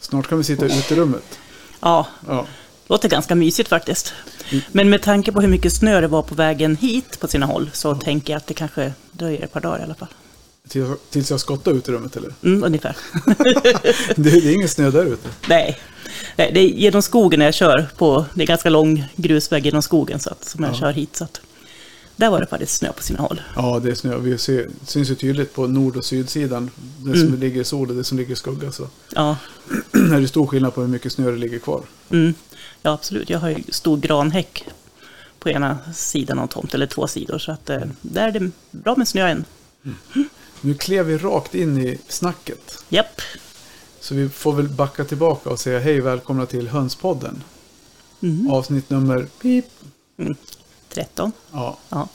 Snart kan vi sitta i uterummet. Ja, Ja. låter ganska mysigt faktiskt. Men med tanke på hur mycket snö det var på vägen hit på sina håll så tänker jag att det kanske dröjer ett par dagar i alla fall. Till- Tills jag skottar uterummet eller? Mm, ungefär. Det det är ingen snö där ute. Nej. Nej, det är genom skogen när jag kör på, det är ganska lång grusväg genom skogen så att, som jag kör hit. Så att, där var det faktiskt snö på sina håll. Ja, det är snö. Vi ser, syns ju tydligt på nord och sydsidan. Det som ligger i sol och det som ligger i skugga. Så Ja, är det stor skillnad på hur mycket snö det ligger kvar. mm, ja absolut. Jag har ju stor granhäck på ena sidan av tomten, eller två sidor. Så att, eh, där är det bra med snö än. Nu klev vi rakt in i snacket. Japp. Så vi får väl backa tillbaka och säga hej välkomna till Hönspodden. Avsnitt nummer Mm. pip. 13. Ja. Ja.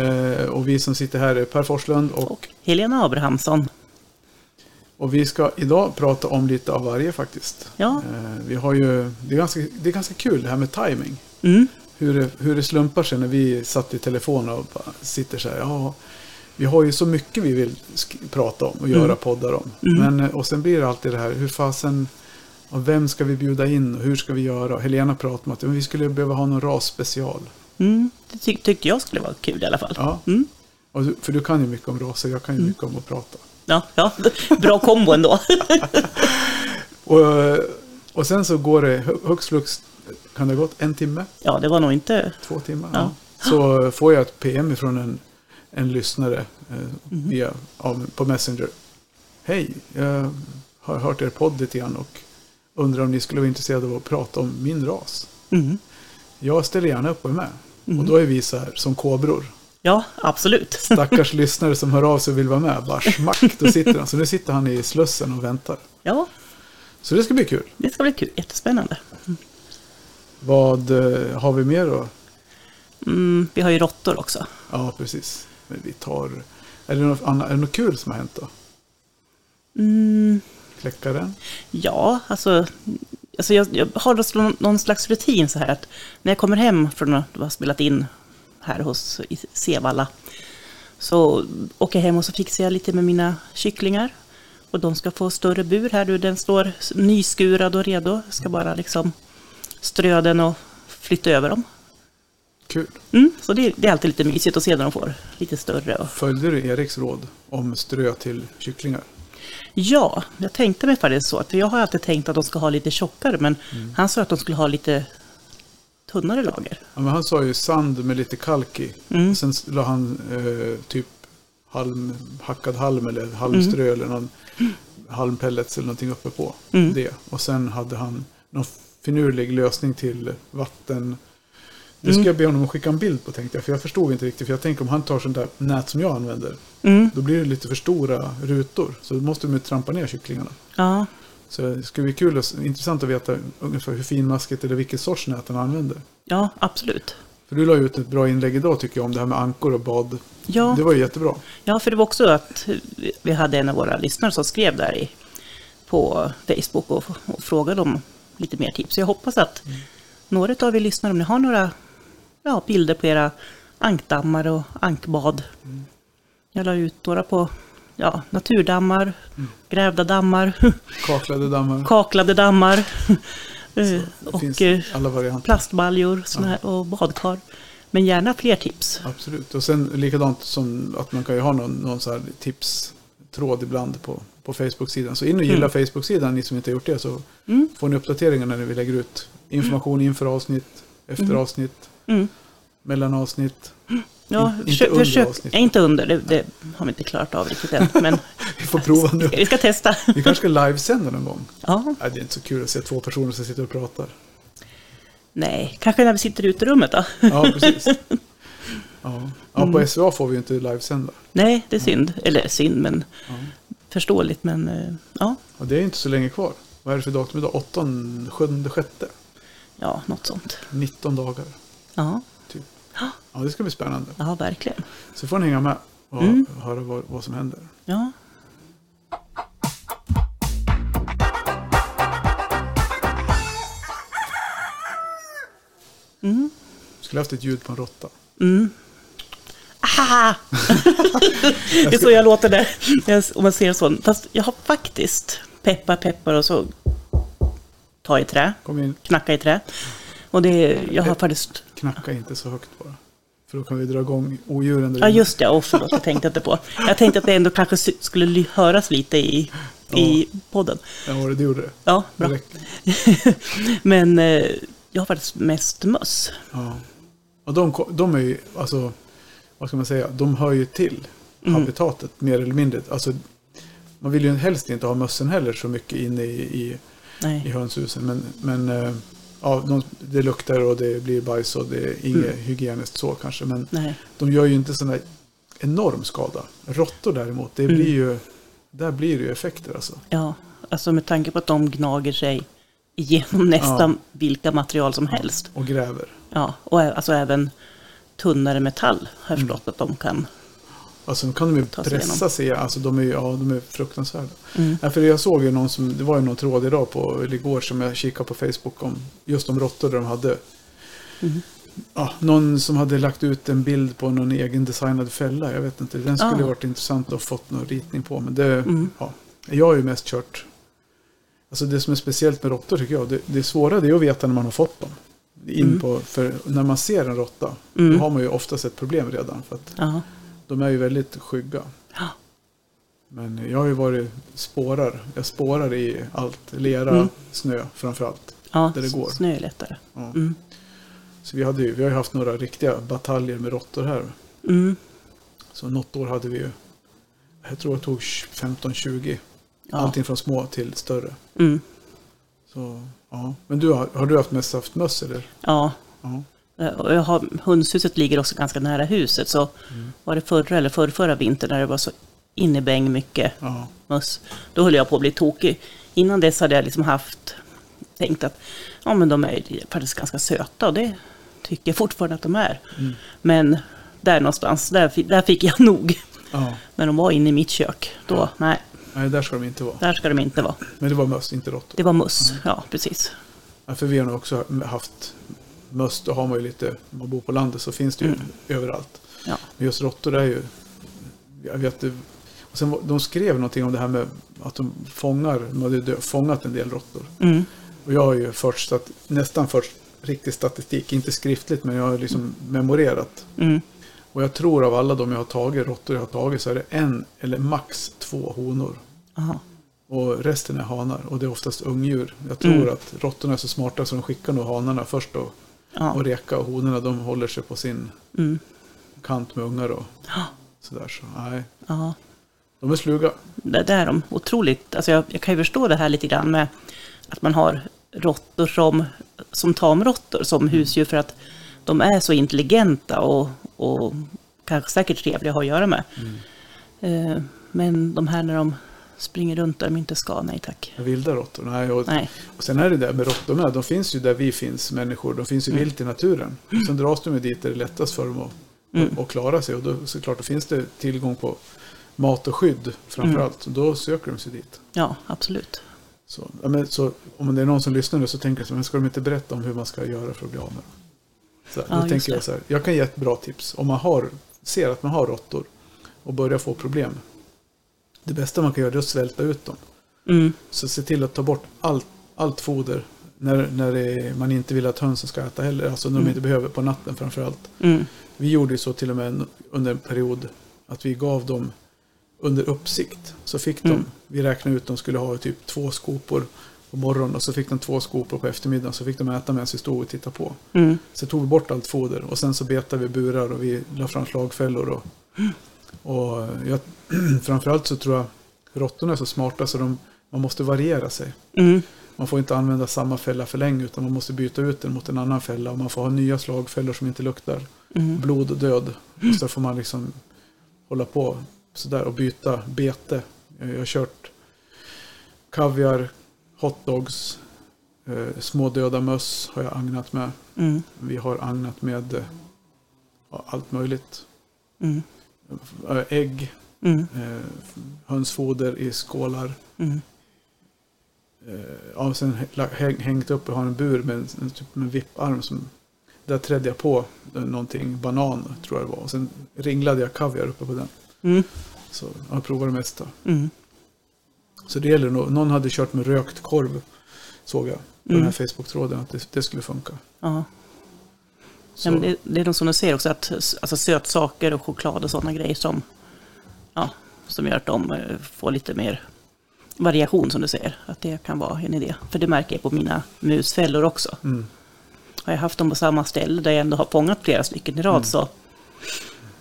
Eh, och vi som sitter här är Per Forslund och, Och Helena Abrahamsson. och vi ska idag prata om lite av varje faktiskt. Ja. Eh, vi har ju, det, är ganska, det är ganska kul det här med timing. Mm. hur det, hur det slumpar sig när vi satt i telefon och bara sitter så här. Ja, vi har ju så mycket vi vill sk- prata om Mm. och göra poddar om. Men, eh, och sen blir det alltid det här, hur fasen, och vem ska vi bjuda in och hur ska vi göra? Och Helena pratade om att men vi skulle behöva ha någon rasspecial. Mm. Det ty- tyckte jag skulle vara kul i alla fall. Ja. Mm. Och du, för du kan ju mycket om raser, jag kan ju mycket om att prata. Ja, ja. Bra kombo ändå. Och, eh, och sen så går det hö- högst flux, kan det ha gått en timme? Ja, det var nog inte... två timmar. Ja. Ja. Så får jag ett PM från en, en lyssnare eh, via, av, på Messenger. Hej, jag har hört er podd lite grann och undrar om ni skulle vara intresserade av att prata om min ras. Mm. Jag ställer gärna upp och är med. Och då är vi så här som kobror. Ja, absolut. Stackars lyssnare som hör av sig och vill vara med. Bara smack, då sitter han. Så nu sitter han i Slussen och väntar. Ja, Så det ska bli kul. det ska bli kul. Jättespännande. Vad eh, har vi mer då? Mm, vi har ju råttor också. Ja, precis. Men vi tar... Är det något, annat, är det något kul som har hänt då? Mm, Kläckaren? ja, alltså... alltså jag, jag har då slå- någon slags rutin så här att när jag kommer hem från att ha spelat in här hos i Sevalla så åker jag hem och så fixar jag lite med mina kycklingar. Och de ska få större bur här nu. Den står s- nyskurad och redo. Jag ska bara liksom strö den och flytta över dem. Kul. Mm, så det, det är alltid lite mysigt att se när de får lite större. Och... Följde du Eriks råd om strö till kycklingar? Ja, jag tänkte mig faktiskt så. För jag har alltid tänkt att de ska ha lite tjockare, men han sa att de skulle ha lite tunnare lager. Ja, men han sa ju sand med lite kalk i. Och sen la han eh, typ halm, hackad halm eller halmströ eller någon halmpellets eller någonting uppe på det. Och sen hade han någon finurlig lösning till vatten. Det ska jag be honom att skicka en bild på tänkte jag, för jag förstod inte riktigt. För jag tänker om han tar sånt där nät som jag använder, Mm. då blir det lite för stora rutor. Så då måste de ju trampa ner kycklingarna. Ja, Så det skulle bli kul och s- intressant att veta ungefär hur finmaskigt eller vilken sorts nät han använder. ja absolut. För du la ju ut ett bra inlägg idag tycker jag om det här med ankor och bad. Ja. Det var ju jättebra. Ja, för det var också att vi hade en av våra lyssnare som skrev där i, på Facebook och, och frågade om lite mer tips. Så jag hoppas att några av er lyssnare, om ni har några ja, bilder på era ankdammar och ankbad. Jag la ut några på ja, naturdammar, grävda dammar, Kaklade dammar. kaklade dammar eh, det och finns eh, alla varianter. plastbaljor såna här, och badkar. Men gärna fler tips. Absolut. Och sen likadant som att man kan ju ha någon, någon så här tipstråd ibland på, på Facebook-sidan. Så in och Mm. gilla Facebook-sidan ni som inte har gjort det så får ni uppdateringar när vi lägger ut information inför avsnitt, efter avsnitt, Mm. mellan avsnitt. Ja, In- inte försök, under försök, avsnittet. nej, inte under, det, det har vi inte klarat av riktigt än. Men Vi får prova nu. vi ska testa. Vi kanske ska livesända någon gång. Ja, Nej, det är inte så kul att se två personer som sitter och pratar. nej, kanske när vi sitter ute i rummet då. Ja, precis. Ja, ja Mm. på SVA får vi ju inte livesända. Nej, det är synd. Mm. Eller synd, men förståeligt. Men eh, ja, Och det är ju inte så länge kvar. Vad är det för datum idag? 8, 7, 6? ja, något sånt. 19 dagar, Ja, typ. Ja, det ska bli spännande. ja verkligen. Så får ni hänga med och Mm. höra vad, vad som händer. Ja. Skulle haft ett ljud på en råtta. Aha! det är så jag låter där, när jag- om man ser en sån. Fast jag har faktiskt, peppar peppar och så ta i trä, Kom in, knacka i trä. Och det, jag har faktiskt... knacka inte så högt bara. För då kan vi dra igång odjuren där Ja, inne. just det. Oh, förlåt, jag tänkte inte på. Jag tänkte att det ändå kanske sy- skulle ly- höras lite i, i podden. Ja, var det du gjorde det. Ja, Det bra. räcker. Men eh, jag har faktiskt mest möss. Ja. Och de, ko- de är ju, alltså, vad ska man säga, de hör ju till habitatet mer eller mindre. Alltså, man vill ju helst inte ha mössen heller så mycket inne i, i, i Nej. hönshusen. Men, men eh, ja, de, det luktar och det blir bajs och det är inget hygieniskt så kanske. Men Nej. de gör ju inte sån där enorm skada. Råttor däremot, det blir ju, där blir det ju effekter alltså. Ja, alltså med tanke på att de gnager sig igenom nästan vilka material som helst. Och gräver. Ja, och ä- alltså även tunnare metall har Mm. jag förstått att de kan. Alltså de kan de ju Ta sig igenom. Mm. pressa sig, alltså de är, ju- ja, de är fruktansvärda. Ja, för jag såg ju någon som, det var ju någon tråd idag på, eller igår som jag kikade på Facebook om, just om råttor där de hade. Mm. Ja, någon som hade lagt ut en bild på någon egen designad fälla, jag vet inte, den skulle Ah. Mm. ju varit intressant att fått någon ritning på. Men det, ja, jag har ju mest kört, alltså det som är speciellt med råttor tycker jag, det, det svåra det är att veta när man har fått dem. In Mm. på, för när man ser en råtta, då har man ju oftast ett problem redan. För att Ja, de är ju väldigt skygga. Ja. Men jag har ju varit spårar. Jag spårar i allt. Lera, Mm. snö framförallt. ja Där det går. snö är lättare. Ja. Mm. Så vi, hade ju, vi har ju haft några riktiga bataljer med råttor här. Mm. Så något år hade vi ju, jag tror jag tog 15-20. Ja. Allting från små till större. Mm. Så, ja. Men du, har, har du haft mest haft möss eller? Ja, Ja. och jag har, hönshuset ligger också ganska nära huset. Så Mm. var det förra eller förrförra vintern när det var så innebäng mycket ja. möss. Då höll jag på att bli tokig. Innan dess hade jag liksom haft, tänkt att ja, men de är ju faktiskt ganska söta och det tycker jag fortfarande att de är. Mm. Men där någonstans, där, fi- där fick jag nog. ja. Men de var inne i mitt kök. Då, nej, Nej, där ska de inte vara. där ska de inte vara. Men det var möss, inte råttor. Det var möss, ja precis. Ja, för vi har nog också haft möss, då har man ju lite, om man bor på landet så finns det ju Mm. överallt. Ja. Men just råttor är ju, jag vet det- och sen var- de skrev någonting om det här med att de fångar, de hade dö- fångat en del råttor. Mm. Och jag har ju först, stat- nästan först riktig statistik, inte skriftligt men jag har liksom memorerat. Mm. Och jag tror av alla de jag har tagit, råttor jag har tagit, så är det en eller max två honor. Aha. Och resten är hanar och det är oftast ungdjur. Jag tror Mm. att råttorna är så smarta så de skickar nog hanarna först då. Ja. Och reka och honorna de håller sig på sin Mm. kant med ungar och sådär. Så, nej, Ja. de är sluga. Det, det är de otroligt. Alltså jag, jag kan ju förstå det här lite grann med att man har råttor som, som tamråttor som husdjur för att de är så intelligenta och, och kanske säkert trevliga att ha att göra med. Eh, Men de här när de springer runt där de inte ska, nej tack. Vilda råttor. Nej, och, Nej. och sen är det där med råttorna. De finns ju där vi finns, människor. De finns ju Mm. vilt i naturen. Och sen dras de ju dit där det är lättast för dem att, Mm. att, att klara sig. Och då, såklart, då finns det tillgång på mat och skydd framför Mm. allt. Och Då söker de sig dit. Ja, absolut. Så, ja, men, så, om det är någon som lyssnar nu så tänker jag så här, men ska de inte berätta om hur man ska göra för att bli av med dem? Så, här, Ja, då just tänker det. jag så här, jag kan ge ett bra tips. Om man har, ser att man har råttor och börjar få problem. Det bästa man kan göra är att svälta ut dem. Mm. Så se till att ta bort allt, allt foder när, när det är, man inte vill att hönsen ska äta heller. Alltså när de inte behöver på natten framför allt. Mm. Vi gjorde ju så till och med en- under en period att vi gav dem under uppsikt. Så fick de, vi räknade ut att de skulle ha typ två skopor på morgonen och så fick de två skopor på eftermiddagen. Så fick de äta medan vi stod och tittade på. Mm. Så tog vi bort allt foder och sen så betade vi burar och vi la fram slagfällor. Och, och jag, framförallt så tror jag råttorna är så smarta så de, man måste variera sig. Mm. Man får inte använda samma fälla för länge utan man måste byta ut den mot en annan fälla och man får ha nya slagfällor som inte luktar Mm. blod och död. Och så får man liksom hålla på sådär och byta bete. Eh, Jag har kört kaviar, hotdogs, eh, små döda möss har jag agnat med. Mm. Vi har agnat med eh, ja, allt möjligt. Mm. Eh, Ägg, Mm. eh, hönsfoder i skålar. Eh, Mm. Ja, och sen hä- la- häng- hängt upp, jag har en bur med en, en typ med en vipparm. Som, där trädde jag på eh, någonting, banan tror jag det var. Och sen ringlade jag kaviar uppe på den. Mm. Så jag provar det mesta. Mm. Så det gäller nog, någon hade kört med rökt korv Såg jag på den här Facebook-tråden att det, det skulle funka. Mm. Ja. Så, Ja, men det, det är nog som du säger också, att alltså, sötsaker och choklad och sådana grejer som, ja, som gör att de eh, får lite mer variation som du säger. Att det kan vara en idé. För det märker jag på mina musfällor också. Mm. Har jag haft dem på samma ställe där jag ändå har fångat flera stycken i Mm. rad så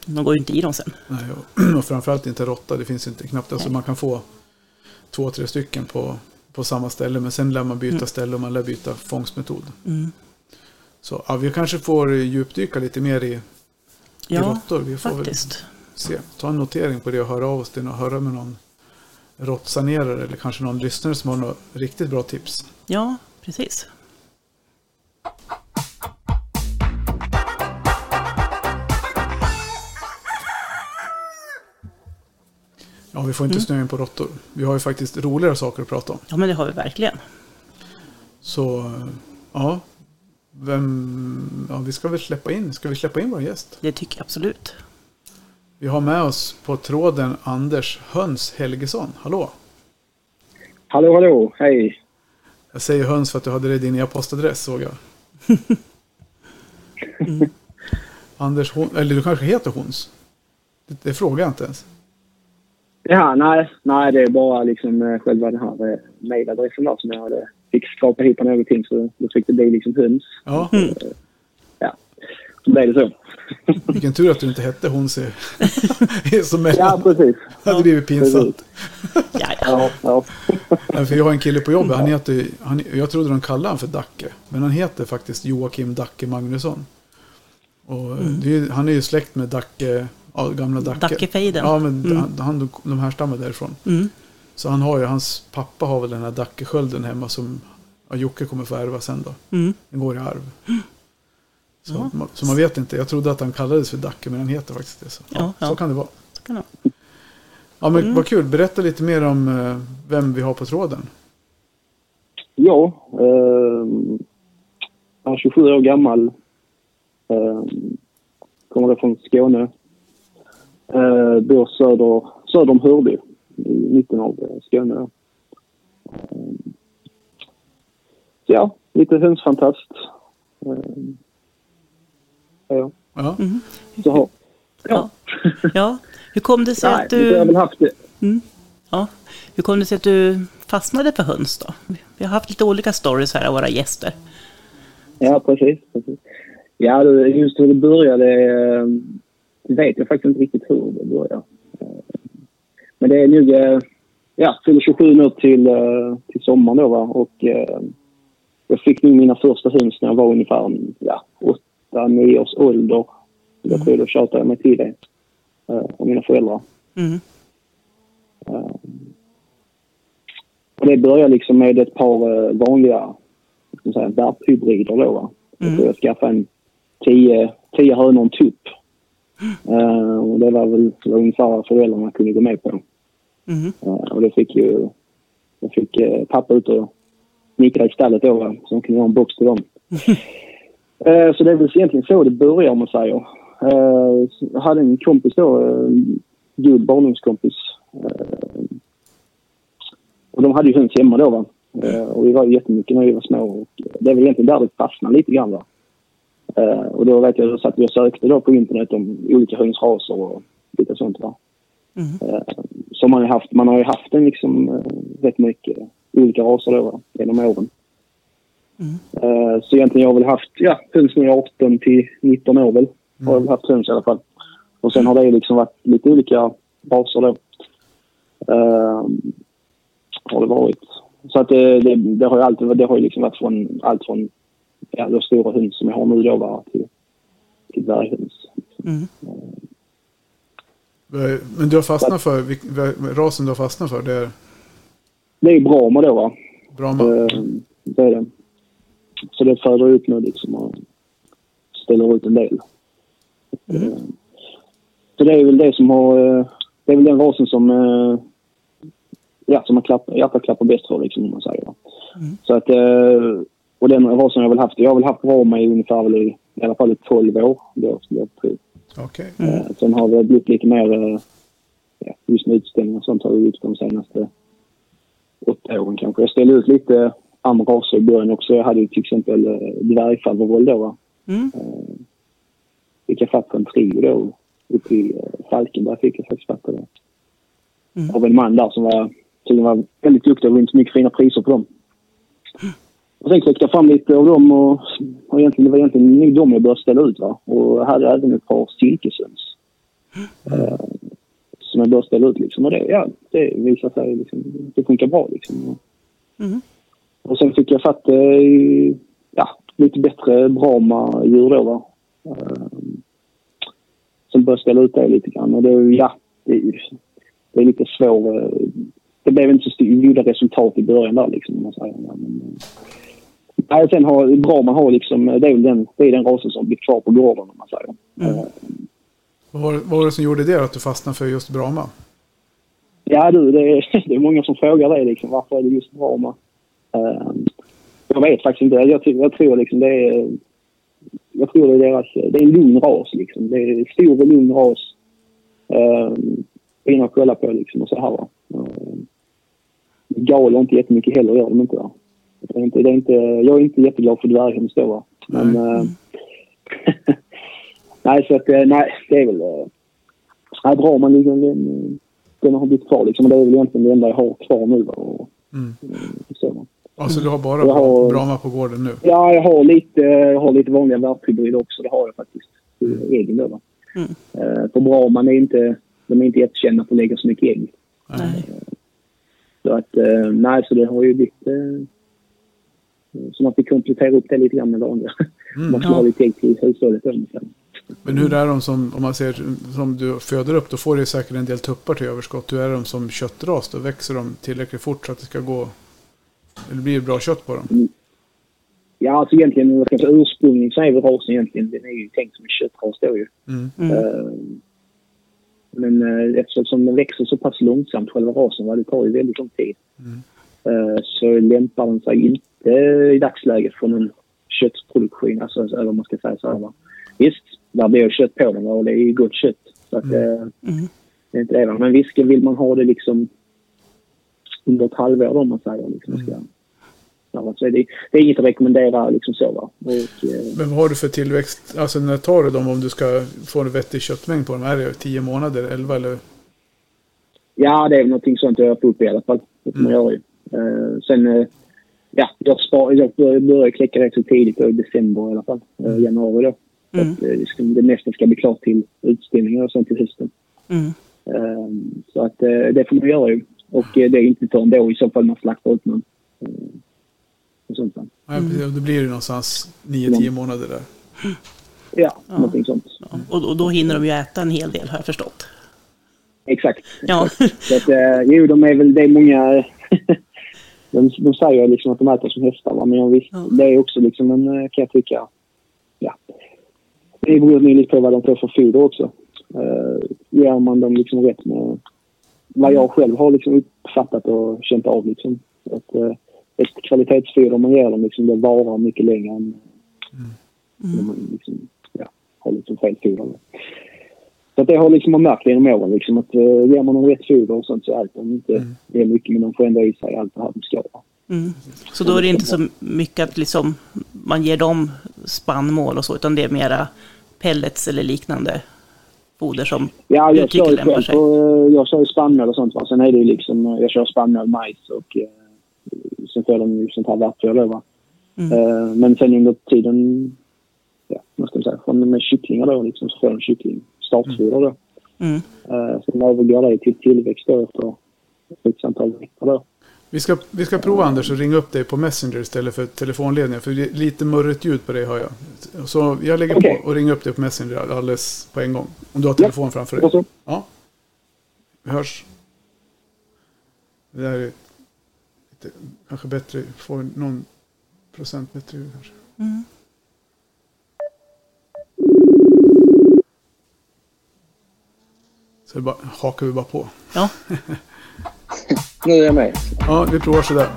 de går ju inte i dem sen. nej, och, och framförallt inte råtta. Det finns inte knappt. Alltså Nej. man kan få två, tre stycken på, på samma ställe. Men sen lär man byta ställe och man lär byta fångstmetod. Så ja, vi kanske får djupdyka lite mer i, i Ja, råttor. Vi får väl faktiskt. se. Ta en notering på det och höra av oss till och höra med någon råttsanerare eller kanske någon lyssnare som har något riktigt bra tips. Ja, precis. Ja, vi får inte snöa in på råttor. Vi har ju faktiskt roligare saker att prata om. Ja, men det har vi verkligen. Så ja, vem, ja vi ska väl släppa in. Ska vi släppa in vår gäst? Det tycker jag absolut. Vi har med oss på tråden Anders Höns Helgesson. Hallå! Hallå, hallå, hej. Jag säger höns för att du hade det i din e-postadress såg jag. Anders Hon, eller du kanske heter Hons? Det, det frågar jag inte ens. Ja, nej, nej, det är bara liksom eh, själva den här eh, mejladressen där som jag hade, fick skrapa ihop av någonting så då fick det bli liksom höns. Ja, Ja, så blev det så. vilken tur att du inte hette Hons i, i som Ja, mellan. precis. Det hade blivit pinsamt. Ja, ja. Ja, ja. Nej, för jag har en kille på jobbet, han heter, ju- han, jag trodde de kallade han för Dacke. Men han heter faktiskt Joakim Dacke Magnusson. Och eh, det är, ju- han är ju släkt med Dacke, ja, gamla Dacke. Mm. Dackefejden. Ja, men han, han, de härstammar därifrån. Så han har ju, hans pappa har väl den här Dacke-skölden hemma som ja, Jocke kommer få ärva sen då. Den går i arv. Så, man, så man vet inte, jag trodde att han kallades för Dacke men han heter faktiskt det. Så, ja, Mm. Ja, ja. så kan det vara. Så kan det vara. Ja men vad kul, berätta lite mer om eh, vem vi har på tråden. ja ehm, jag är 27 år gammal. Ehm, kommer då från Skåne. Eh, bor söder, söder om Hörby, i mitten av eh, Skåne. Ehm, så ja, lite hönsfantast. Ehm, ja, Ja. så har... Ja. ja, hur kom det sig Nej, att vi har du... väl haft det. Ja. Hur kom det sig att du fastnade för höns då? Vi har haft lite olika stories här av våra gäster. Ja, precis. precis. Ja, du, just hur det började eh, det vet jag faktiskt inte riktigt hur det började. Eh, Men det är nog... eh, Ja, fyller 27 nu till, eh, till sommaren då, va? Och eh, jag fick nog mina första höns när jag var ungefär ja, 8-9 års ålder. Jag tror då tjatade jag mig till det eh, av mina föräldrar. Mm. Och det började liksom med ett par eh, vanliga vad ska man säga, värphybrider. Då, va? Jag tror jag skaffade en 10 10 hönor och en tupp. Eh, och det var väl det var ungefär vad föräldrarna kunde gå med på. Mm. Eh, och det fick ju jag fick, eh, pappa ut och snickra i stallet då, va? så de kunde ha en box till dem. Eh, så det är väl egentligen så det börjar om man säger. Eh, så jag hade en kompis då, eh, god barndomskompis. Eh, och de hade ju höns hemma då. Va? Eh, och vi var ju jättemycket när vi var små. Och det är väl egentligen där det fastnade lite grann. Va? Eh, och då vet jag då satt vi och sökte då på internet om olika hönsraser och lite sånt. Va? Mm. Eh, så man, har haft, man har ju haft den liksom eh, rätt mycket olika raser då, va? genom åren. Eh, så egentligen har jag väl haft ja, höns när jag var 18 till 19 år väl. Har jag väl haft höns i alla fall. Och sen har det ju liksom varit lite olika raser då. Eh, har det varit. Så att det, det, det har ju alltid det har ju liksom varit från allt från ja, de stora höns som jag har nu då va, till, till dvärghöns. Mm. Men du har fastnat för, vilk- rasen du har fastnat för, det är Det är ju bra med då va. Brahma. Eh, det är det. Så det föder upp nu liksom och ställer ut en del. Eh, Så det är väl det som har... eh, Det är väl den rasen som... eh, Ja, som man klappar, hjärtat klappar bäst för liksom om man säger. va. Så att... eh, Och den rasen har jag väl haft. Jag har väl haft Rama i ungefär väl i, i alla fall i 12 år. Då, skulle jag tro. Okej. Eh, Sen har det blivit lite mer, eh, ja, just med utställningar och sånt har vi gjort de senaste åtta åren kanske. Jag ställde ut lite andra raser i början också. Jag hade ju till exempel eh, dvärgfavorit då. Va? Mm. Eh, fick jag fatt på en trio då uppe i eh, Falkenberg. Fick jag faktiskt fatt på det. Mm. Av en man där som var, tydligen var väldigt duktig och inte så mycket fina priser på dem. Och sen kläckte jag fram lite av dem och, och egentligen, det var egentligen nog dem jag började ställa ut. Va? Och jag hade även ett par silkesöns som jag började ställa ut. Liksom. Och det, ja, det visade sig liksom, det funkar bra. Liksom. Mm. Och sen fick jag fatt eh, i, ja, lite bättre Brahma-djur då. Va? Ehm, Sen började jag ställa ut det lite grann. Och det, ja, det, är ju- det är lite svår... eh, Det blev inte så st- goda resultat i början där liksom. om Man säger. Ja, Men, eh, nej, sen har Brahma har liksom, eh, det är väl den, det är den rasen som blir kvar på gården om man säger. Ehm, Vad var, vad var det som gjorde det då, att du fastnade för just Brahma? Ja du, det är, det är många som frågar det liksom. Varför är det just Brahma? Ehm, jag vet faktiskt inte. Jag, tror- jag tror liksom det är... Jag tror det är deras... Det är en lugn ras liksom. Det är en stor och lugn ras. Ehm, in och kolla på liksom och så här va. Ehm, Galer inte jättemycket heller gör de inte va. Det är inte, det är inte, jag är inte jätteglad för dvärghöns då va. Men... eh, nej så att, eh, nej det är väl... eh, Nej, bra man ligger den, eh, den har blivit kvar liksom. Och det är väl egentligen det enda jag har kvar nu. va, Och, eh, Mm. så. va. Alltså du har bara Jag har- Brahma på gården nu? Ja, jag har lite, jag har lite vanliga värphybrider också. Det har jag faktiskt. Mm. Egen då. va. Mm. Eh, På Brahman är inte, de är inte jättekända för att lägga så mycket ägg. Nej. Så att, eh, nej, så det har ju blivit... Eh, så man fick komplettera upp det lite grann med vanliga. Mm. Man skulle ha Ja. lite ägg till hushållet då. men- Men hur är de som, om man ser, som du föder upp, då får du ju säkert en del tuppar till överskott. Hur är de som köttras? Då växer de tillräckligt fort så att det ska gå, eller blir bra kött på dem? Ja, alltså egentligen, vad ska jag säga, ursprungligen så är väl rasen egentligen, den är ju tänkt som en köttras då ju. Mm. Mm. Eh, Men eh, eftersom den växer så pass långsamt, själva rasen, va, det tar ju väldigt lång tid. Mm. Eh, Så lämpar den sig inte i dagsläget för någon köttproduktion, alltså eller om man ska säga så här. Va. Visst, där blir ju kött på den va, och det är ju gott kött. Så att, eh, Mm. det är inte det. va. Men visst vill man ha det liksom under ett halvår då, om man säger. Liksom, ska, ja, så är det, det är inget att rekommendera liksom så. Va. Och, eh, Men vad har du för tillväxt? Alltså när tar du dem om du ska få en vettig köttmängd på dem? Är det 10 månader, 11 eller? Ja, det är väl någonting sånt jag har fått upp i alla fall. Det får man Mm. göra ju. Eh, sen, eh, ja, jag, spar, jag bör- började kläcka rätt så tidigt då, i december i alla fall. Eh, januari då. Så Mm. Att, eh, det, ska, det mesta ska bli klart till utställningen och sen till hösten. Mm. Eh, så att eh, det får man göra ju. Och eh, det är inte förrän då i så fall man slaktar ut någon. Eh, och sånt där. Nej, precis. Då blir det någonstans Mm. 9-10 månader där. Ja, någonting sånt. Ja, Och, och då hinner de ju äta en hel del har jag förstått. Exakt. Ja. Så att, eh, jo, de är väl, det är många... de, de säger ju liksom att de äter som hästar, va? men jag visst, Ja. det är också liksom en, eh, kan jag tycka, ja. Det beror ju lite på vad de får för foder också. Eh, ger man dem liksom rätt med vad jag själv har liksom uppfattat och känt av liksom. Så Att, eh, ett kvalitetsfoder man ger dem liksom, det varar mycket längre än Mm. om man liksom, ja, har liksom fel foder. Så att det har liksom man märkt genom åren. Liksom, att, eh, ger man dem rätt foder och sånt så är allt de inte det är mycket men de får ändå i sig allt det här de ska. va. Mm. Så då är det inte så mycket att liksom man ger dem spannmål och så, utan det är mera pellets eller liknande foder som Ja, du jag tycker kör ju lämpar själv sig. på, eh, jag kör ju spannmål och sånt. Va? Sen är det ju liksom, eh, jag kör spannmål, majs och eh, sen får de ju sånt här värpföl då. Va? Mm. Eh, men sen under tiden, ja, vad ska man säga, från och med kycklingar då liksom, så får de kyckling, startfoder då. Mm. Eh, sen övergår det till tillväxt då efter ett antal veckor då. Vi ska, vi ska prova Anders att ringa upp dig på Messenger istället för telefonledningen. För det är lite murrigt ljud på dig hör jag. Så jag lägger Okej. på och ringer upp dig på Messenger alldeles på en gång. Om du har telefon framför dig. Och så, Ja. Vi hörs. Det där är lite, kanske bättre. Får någon procent bättre ljud kanske. Mm. Så det bara, hakar vi bara på. Ja. nu är jag med. Ja, vi provar sådär.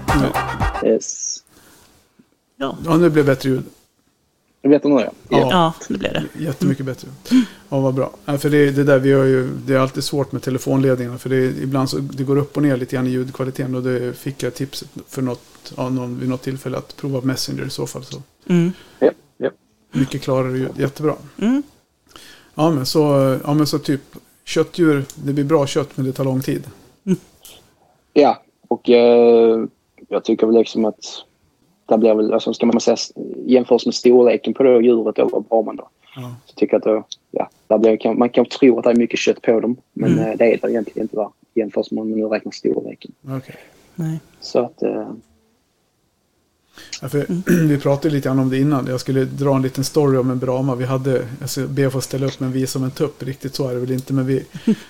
Nu. Yes. ja. Ja, nu blev det bättre ljud. Vetanå ja. Ja. Ja, det blev det. Jättemycket bättre. Ja, vad bra. Ja, för det, det, där, vi har ju, det är alltid svårt med telefonledningarna. För det, är- ibland så, det går upp och ner lite grann i ljudkvaliteten. Och det fick jag tips för något, ja, någon, vid något tillfälle att prova Messenger i så fall. Så Mm. Ja, ja. mycket klarare ljud. Jättebra. Mm. Ja men, så, ja, men så typ köttdjur. Det blir bra kött men det tar lång tid. ja. och eh, jag tycker väl liksom att där blir väl, alltså ska man säga jämförs med storleken på det djuret då, vad bra man då. Ja. Så tycker jag att då, ja, där blir, kan, man kan tro att det är mycket kött på dem, men eh, det är det egentligen inte va? jämförs med om man nu räknar storleken. Okej. Nej. Så att, eh, Ja, för, Vi pratade lite grann om det innan. Jag skulle dra en liten story om en brama. Vi hade, jag ska be att få ställa upp men vi är som en tupp. Riktigt så är det väl inte. Men vi,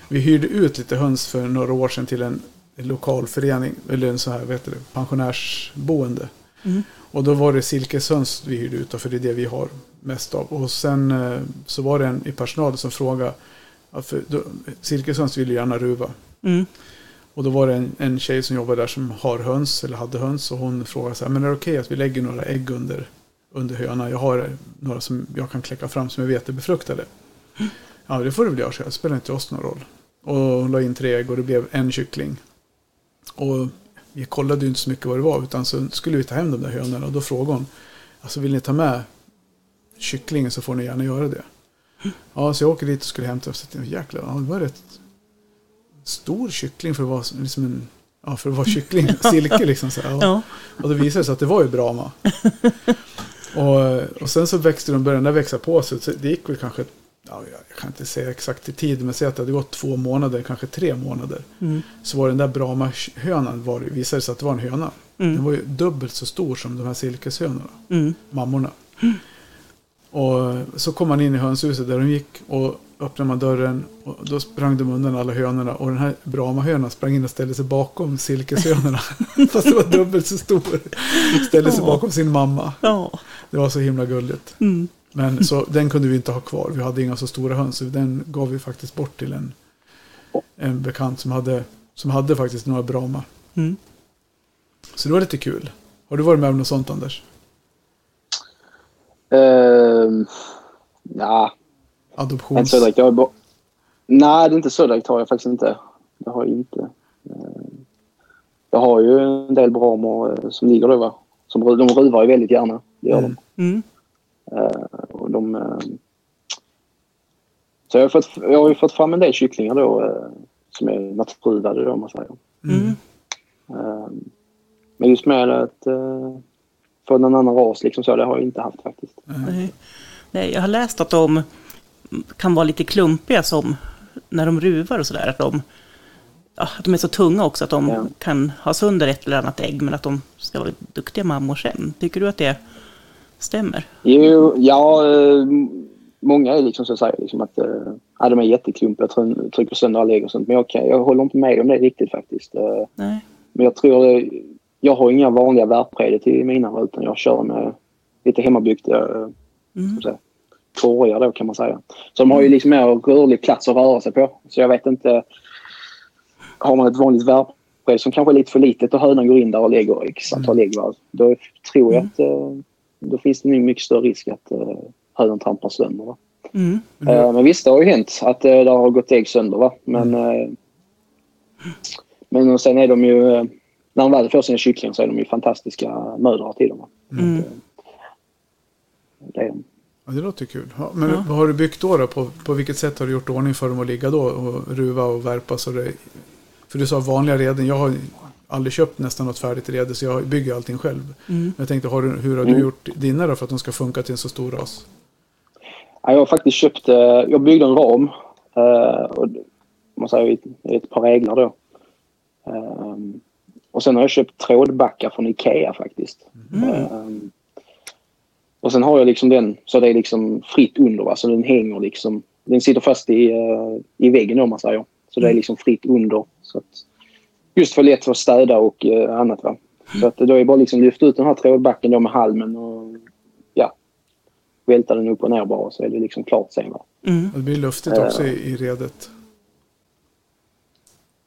vi hyrde ut lite höns för några år sedan till en lokal förening. Eller en så här, vet du, pensionärsboende. Och då var det silkeshöns vi hyrde ut. då, För det är det vi har mest av. Och sen eh, så var det en i personalen som frågade. ja, För, då, silkeshöns vill ju gärna ruva. Mm. Och då var det en, en tjej som jobbade där som har höns eller hade höns och hon frågade så här, men är det okej att vi lägger några ägg under, under höna? Jag har några som jag kan kläcka fram som jag vet är befruktade. Ja, det får du väl göra, så jag spelar inte oss någon roll. Och hon la in tre ägg och det blev en kyckling. Och vi kollade ju inte så mycket vad det var utan så skulle vi ta hem de där hönorna och då frågade hon, alltså vill ni ta med kycklingen så får ni gärna göra det. Ja, så jag åker dit och skulle hämta och så tänkte jag, jäklar, ja, det var rätt stor kyckling för att vara, som- liksom en, ja, för att vara kyckling, silke liksom. Så här, ja. Ja. Och det visade sig att det var ju Brahma. och, och sen så växte de, började den där växa på sig. Så det gick väl kanske, ja, jag kan inte säga exakt i tid, men säg att det hade gått två månader, kanske tre månader. Så var den där Brahma-hönan, var, det- visade sig att det var en höna. Den var ju dubbelt så stor som de här silkeshönorna, Mm. mammorna. Och så kom man in i hönshuset där de gick och öppnade man dörren och då sprang de undan alla hönorna och den här Brahmahönan sprang in och ställde sig bakom silkeshönorna. Fast det var dubbelt så stor. Ställde sig Åh. bakom sin mamma. Ja. Det var så himla gulligt. Mm. Men så, den kunde vi inte ha kvar. Vi hade inga så stora höns. Så den gav vi faktiskt bort till en, en bekant som hade, som hade faktiskt några Brahma. Mm. Så det var lite kul. Har du varit med om något sånt Anders? eh, ja, Adoptions... inte så direkt. Jag har bara... Nej, det är inte så direkt har jag faktiskt inte. Det har jag inte. Eh, Jag har ju en del bramor eh, som ligger där va. Som, ru- de ruvar ju väldigt gärna. Det gör de. Mm. Och de, eh, så jag har, fått, jag har ju fått fram en del kycklingar då eh, som är naturprydade då om man säger. Mm. Eh, Men just med att eh, få någon annan ras liksom så, det har jag inte haft faktiskt. Nej. Nej, jag har läst att de kan vara lite klumpiga som när de ruvar och sådär. Att de, ja, att de är så tunga också att de Ja. kan ha sönder ett eller annat ägg men att de ska vara duktiga mammor sen. Tycker du att det stämmer? Jo, ja, eh, många är liksom så säger liksom att eh, ja, de är jätteklumpiga, tr- trycker sönder alla ägg och sånt. Men jag, kan, jag håller inte med om det riktigt faktiskt. Eh, Nej. Men jag tror det, jag har inga vanliga värpreder till mina utan jag kör med lite hemmabyggda eh, Mm. så, korgar då kan man säga. Så de har ju liksom mer rörlig plats att röra sig på. Så jag vet inte. Har man ett vanligt värpbrev som kanske är lite för litet och hönan går in där och lägger x antal ägg. va, Då tror jag att eh, då finns det nog mycket större risk att eh, hönan trampar sönder. Va? Mm. Eh, men visst, det har ju hänt att eh, det har gått ägg sönder. Va? Men, eh, men och sen är de ju... eh, När de väl får sina kycklingar så är de ju fantastiska mödrar till dem. Va? Mm. Det är de. Ja, det låter kul. Ja, men Ja. vad har du byggt då? då? På, på vilket sätt har du gjort ordning för dem att ligga då och ruva och värpa? Så det, för du sa vanliga reden. Jag har aldrig köpt nästan något färdigt rede så jag bygger allting själv. Men jag tänkte, har du, hur har du Mm. gjort dina då för att de ska funka till en så stor ras? Ja, jag har faktiskt köpt, eh, jag byggde en ram. eh, och, d- om man säger ett, ett par reglar då. Ehm, och sen har jag köpt trådbackar från Ikea faktiskt. Ehm, och sen har jag liksom den så det är liksom fritt under va? så den hänger liksom. Den sitter fast i, eh, i väggen om man säger. Så det är liksom fritt under. Så att, just för lätt för att städa och eh, annat va. Så att då är det bara liksom lyft ut den här trådbacken då med halmen och ja, välta den upp och ner bara så är det liksom klart sen. Va? Mm. Det blir luftigt Eh. också i, i redet.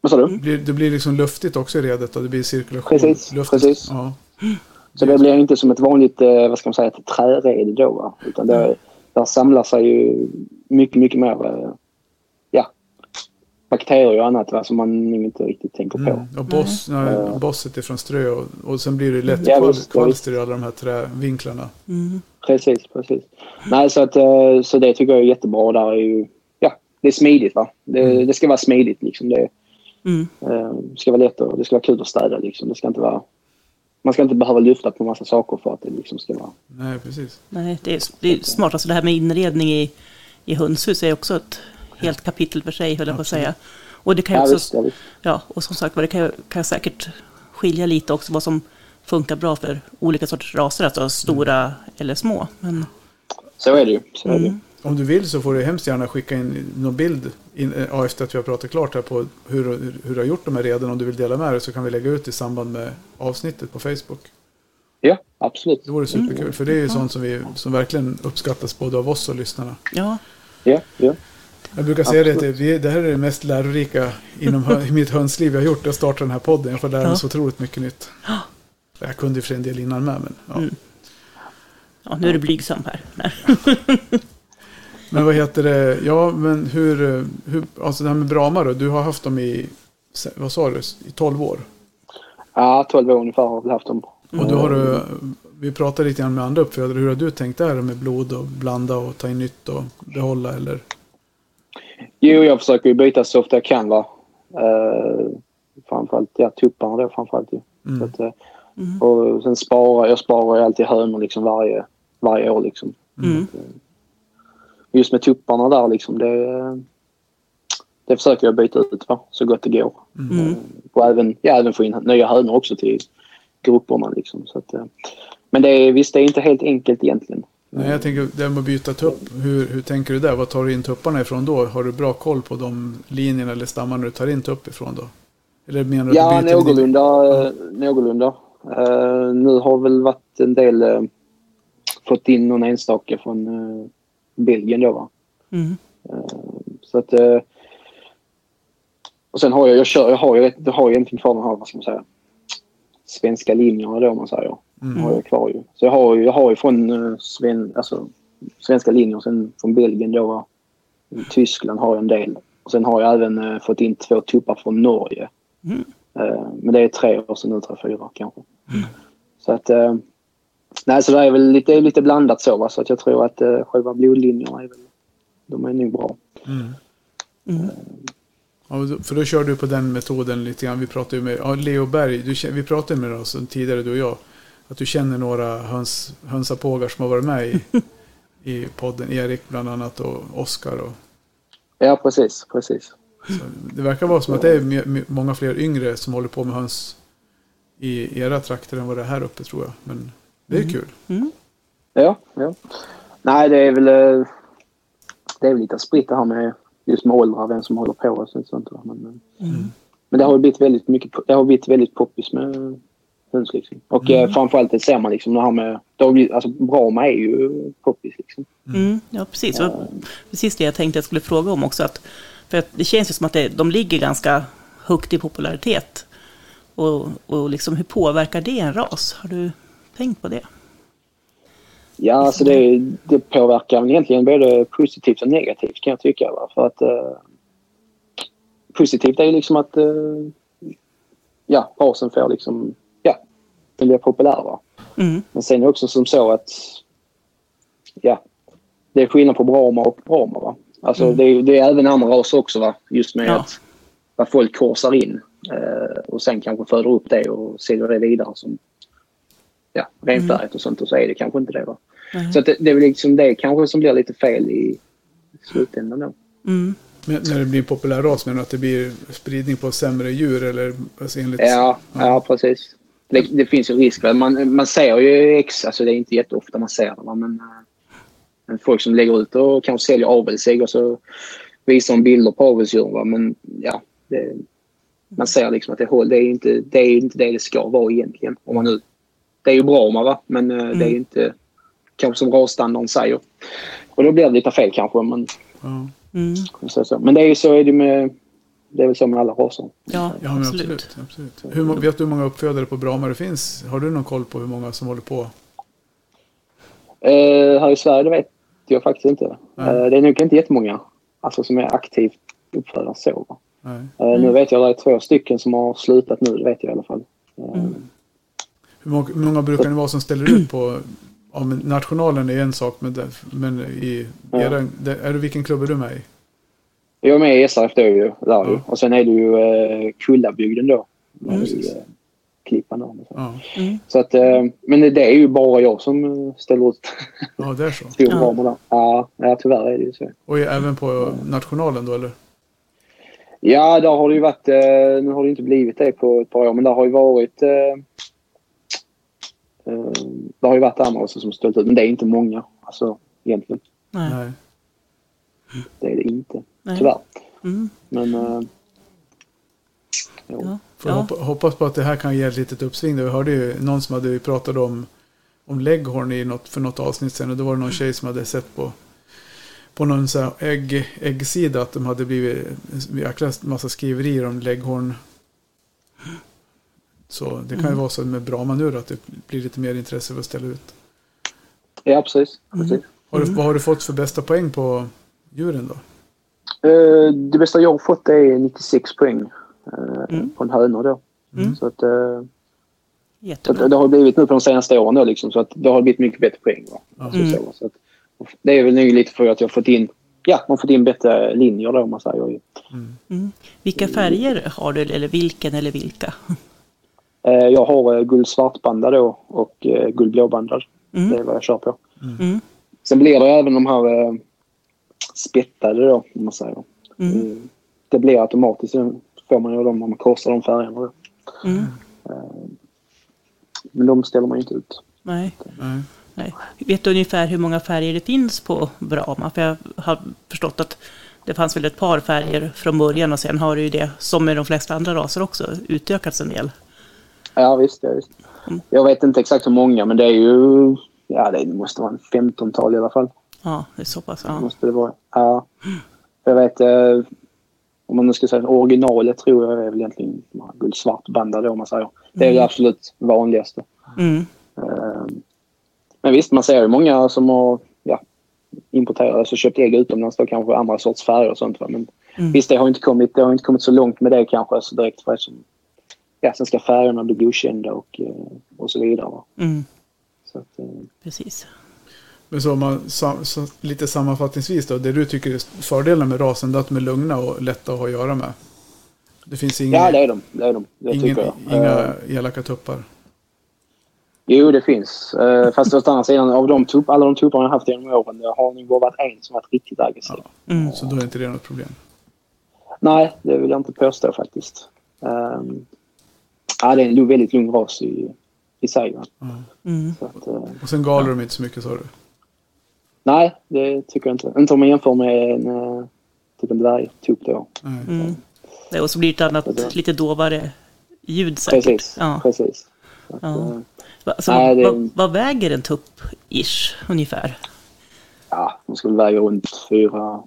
Vad sa du? Mm. Det blir, det blir liksom luftigt också i redet och det blir cirkulation. Precis, Luftigt. precis. Ja. Så det blir inte som ett vanligt eh, vad ska man säga, ett träred då. Va? Utan det, där samlar sig ju mycket, mycket mer eh, ja, bakterier och annat va? som man inte riktigt tänker på. Mm. Och boss, nej, bosset är från strö och, och sen blir det lätt Ja, kval, visst, ja, visst. kvalster i alla de här trävinklarna. Precis, precis. Nej, så, att, eh, så det tycker jag är jättebra. Där är ju, ja, det är smidigt. Va? Det, Mm. det ska vara smidigt. Liksom. Det Mm. eh, ska vara lätt och det ska vara kul att städa. Liksom. Det ska inte vara, man ska inte behöva lyfta på massa saker för att det liksom ska vara... Nej, precis. Nej, det är, det är smart. Alltså det här med inredning i, i hönshus är också ett helt kapitel för sig, höll jag på att säga. Och det kan ju Ja, också... visst, ja, visst. Ja, och som sagt var, det kan, ju- kan säkert skilja lite också vad som funkar bra för olika sorters raser, alltså stora Mm. eller små. Men, Så är det ju. Så är det. ju. Om du vill så får du hemskt gärna skicka in någon bild in, eh, ja, efter att vi har pratat klart här på hur, hur du har gjort de här reden. Om du vill dela med dig så kan vi lägga ut i samband med avsnittet på Facebook. Ja, absolut. Det vore superkul för det är ju sånt som, vi, som verkligen uppskattas både av oss och lyssnarna. ja, Ja, ja. Jag brukar säga det, att det, vi- det här är det mest lärorika inom hö- i mitt hönsliv jag har gjort. Jag startade den här podden, jag får lära mig Ja. så otroligt mycket nytt. Jag kunde ju för sig en del innan med, men, ja. ja, nu är du blygsam här. men vad heter det? Ja, men hur, eh, hur, alltså det här med Brahma då, du har haft dem i, se- vad sa du, i 12 år? ja 12 år ungefär har vi haft dem. Och då har du, vi pratade lite grann med andra uppfödare, hur har du tänkt där med blod och blanda och ta in nytt och behålla eller? Jo, jag försöker ju byta så ofta jag kan. Va? Eh, framförallt ja, tupparna då framförallt. Ju. Mm. Så att, eh, Och sen sparar jag sparar ju alltid hönor liksom varje, varje år. Liksom. Mm. Just med tupparna där liksom det, det försöker jag byta ut va? så gott det går. Mm. Eh, Och även, ja, även få in nya hönor också till grupperna. Liksom. Så att, eh, men det är, visst, det är inte helt enkelt egentligen. Nej, jag tänker det här med att byta tupp, hur, hur tänker du där? Vad tar du in tupparna ifrån då? Har du bra koll på de linjerna eller stammarna du tar in tupp ifrån då? Eller menar du Ja, att du byter linje? någorlunda. eh, någorlunda. Eh, nu har väl varit en del... eh, fått in någon enstaka från eh, Belgien då, va? Mm. Så att... eh, och sen har jag... Jag, kör, jag har ju jag har ju egentligen kvar den här, vad ska man säga, svenska linjerna då, om man säger. Har jag kvar ju. Så jag har ju, jag har ju från eh, sven, alltså, svenska linjer, sen från Belgien då, va? Tyskland har jag en del. Och sen har jag även eh, fått in två tuppar från Norge. Mm. Eh, men det är tre år sedan nu, tre, fyra kanske. Så att... Eh, nej, så det är väl lite, det är lite blandat så. Va? Så att jag tror att eh, själva blodlinjerna är väl... De är nog bra. Ja, och då- för då kör du på den metoden lite grann. Vi pratade ju med ja, Leo Berg, du, kä- vi pratade med oss tidigare du och jag. Att du känner några höns, hönsapågar som har varit med i, i podden. Erik bland annat och Oskar. Och, Ja, precis. precis. så det verkar vara som att det är my- my- många fler yngre som håller på med höns i era trakter än vad det är här uppe tror jag. Men det är kul. Ja, ja. Nej, det är väl... eh, Det är väl lite spritt det här med just med åldrar, vem som håller på och sånt. sånt va? men, eh, men det har ju blivit väldigt mycket... Det har blivit väldigt poppis med höns liksom. Och eh, framförallt det ser man liksom det här med... Det har blivit, alltså, Brahma är ju poppis liksom. Mm, ja, precis. Det var precis det jag tänkte jag skulle fråga om också. Att, för att det känns ju som att det, de ligger ganska högt i popularitet. Och, och liksom, hur påverkar det en ras? Har du tänkt på det? Ja, alltså det, det påverkar egentligen både positivt och negativt kan jag tycka. Va? För att, eh, positivt är ju liksom att eh, ja, rasen får liksom, ja, den blir populär. Va? Mm, Men sen är det också som så att ja, det är skillnad på Brahma och Brahma. Va? Alltså det, är, det är även andra raser också va? just med Ja. att vad folk korsar in eh, och sen kanske föder upp det och säljer det vidare som ja, renfärgat och sånt och så är det kanske inte det. Va? Nej. Så att det, det är väl liksom det kanske som blir lite fel i slutändan då. mm, Men när det blir en populär ras menar du att det blir spridning på sämre djur eller alltså enligt... Ja, ja precis. Det, det finns ju risk. va? Man, man ser ju ex, alltså det är inte jätteofta man ser det. va, Men, eh, men folk som lägger ut och kanske säljer avelsägg och så visar de bilder på avelsdjur. va, Men ja, det, man ser liksom att det, håll- det, är inte, det är inte det det ska vara egentligen. Om man nu, det är ju bra om man va, men eh, det är ju inte kanske som rasstandarden säger. Och då blir det lite fel kanske. Men, Ja. mm, så, så. men det är ju så är det med det är väl så med alla raser. Ja, Ja, men absolut. absolut, Hur, må- vet du hur många uppfödare på Brahma det finns? Har du någon koll på hur många som håller på? Eh, här i Sverige det vet jag faktiskt inte. Nej. Eh, det är nog inte jättemånga alltså, som är aktivt uppfödare så. va. Nej. Eh, Nu vet jag att det är två stycken som har slutat nu, det vet jag i alla fall. Eh, Hur många, hur många brukar ni vara som ställer ut på? Ja, men nationalen är en sak, men, det- men i Ja. er, det, är du, vilken klubb är du med i? Jag är med i SRF då ju, där ju. Ja. Och sen är det ju eh, Kullabygden då. Ja, Mm. I, precis. eh, Klippan där. om man säger. Ja, Så att, eh, men det är ju bara jag som eh, ställer ut ja det är så. stor Ja. ja. där. Ja, ja, tyvärr är det ju så. Och är även på nationalen då, eller? Ja, där har det ju varit... Eh, nu har det inte blivit det på ett par år, men där har ju varit... Eh, eh, där har ju varit andra också som ställt ut, men det är inte många. Alltså, egentligen. Nej. Nej. Det är det inte. Nej. Tyvärr. Mm. Men... Eh, Ja. Får Ja. hoppa, hoppas på att det här kan ge ett litet uppsving. Vi hörde ju någon som hade pratat om, om leghorn i något, för något avsnitt sen. Och då var det någon tjej som hade sett på, på någon så här ägg, äggsida att de hade blivit en jäkla massa skriverier om leghorn. Så det kan ju vara så med Brahma nu då, att det blir lite mer intresse för att ställa ut. ja, precis. Mm. precis. Har du, Vad har du fått för bästa poäng på djuren då? Eh, det bästa jag har fått är 96 poäng. eh, Mm. På en höna då. Så att, eh, så Jättebra. att det har blivit nu på de senaste åren då liksom. Så att det har blivit mycket bättre poäng. Va? Alltså, Mm. så, så att, det är väl nu lite för att jag har fått in, ja, man har fått in bättre linjer då om man säger. ju. Mm. Vilka färger har du, eller vilken eller vilka? Eh, jag har eh, guldsvartbandad då och eh, guldblåbandad. Mm. Det är vad jag kör på. Mm. Sen blir det även de här eh, spettade då om man säger. Mm. Eh, Det blir automatiskt. Sen får man ju dem om man korsar de färgerna. Då. Mm. Men de ställer man ju inte ut. Nej. Nej. Nej. Vet du ungefär hur många färger det finns på Brahma? För jag har förstått att det fanns väl ett par färger från början och sen har det ju det, som med de flesta andra raser också, utökats en del. Ja visst, ja, visst. Mm. Jag vet inte exakt hur många men det är ju... Ja det måste vara en 15-tal i alla fall. Ja, det är så pass. Ja. Måste det vara. Ja. Jag vet... Eh, om man nu ska säga originalet tror jag är väl egentligen de här guldsvartbandade om man säger. Det är Mm. det absolut vanligaste. Mm. Eh, men visst, man ser ju många som har ja, importerat, alltså köpt ägg utomlands då kanske andra sorts färger och sånt. Va? Men Mm. visst, det har, inte kommit, det har inte kommit så långt med det kanske alltså direkt. För eftersom, ja, sen ska färgerna bli godkända och, eh, och så vidare. Va? Mm. Så att, Mm. eh, Precis. Men så, om man, sa- så, lite sammanfattningsvis då, det du tycker är fördelen med rasen det är att de är lugna och lätta att ha att göra med. Det finns inga, ja, det är de. Det är de. Det ingen, tycker jag. Eh, inga elaka tuppar. Jo, det finns. Eh, fast å andra sidan, av de tupp, alla de tupparna jag haft genom åren det har nog bara varit en som varit riktigt aggressiv. Mm. Så då är inte det något problem. Nej, det vill jag inte påstå faktiskt. Um, ja, det är en väldigt lugn ras i, i sig. va. Mm. Så att, eh, Och sen galer de inte så mycket sa du. Nej, det tycker jag inte. Inte om man jämför med en, eh, typ en dvärgtupp då. Nej. Mm. Nej, Och så blir det ett annat, lite dovare ljud säkert. Precis. Ja. precis. Så att, Ja. eh, Va- Alltså, Nej, det- vad, vad väger en tupp-ish ungefär? ja, de skulle väga runt fyra,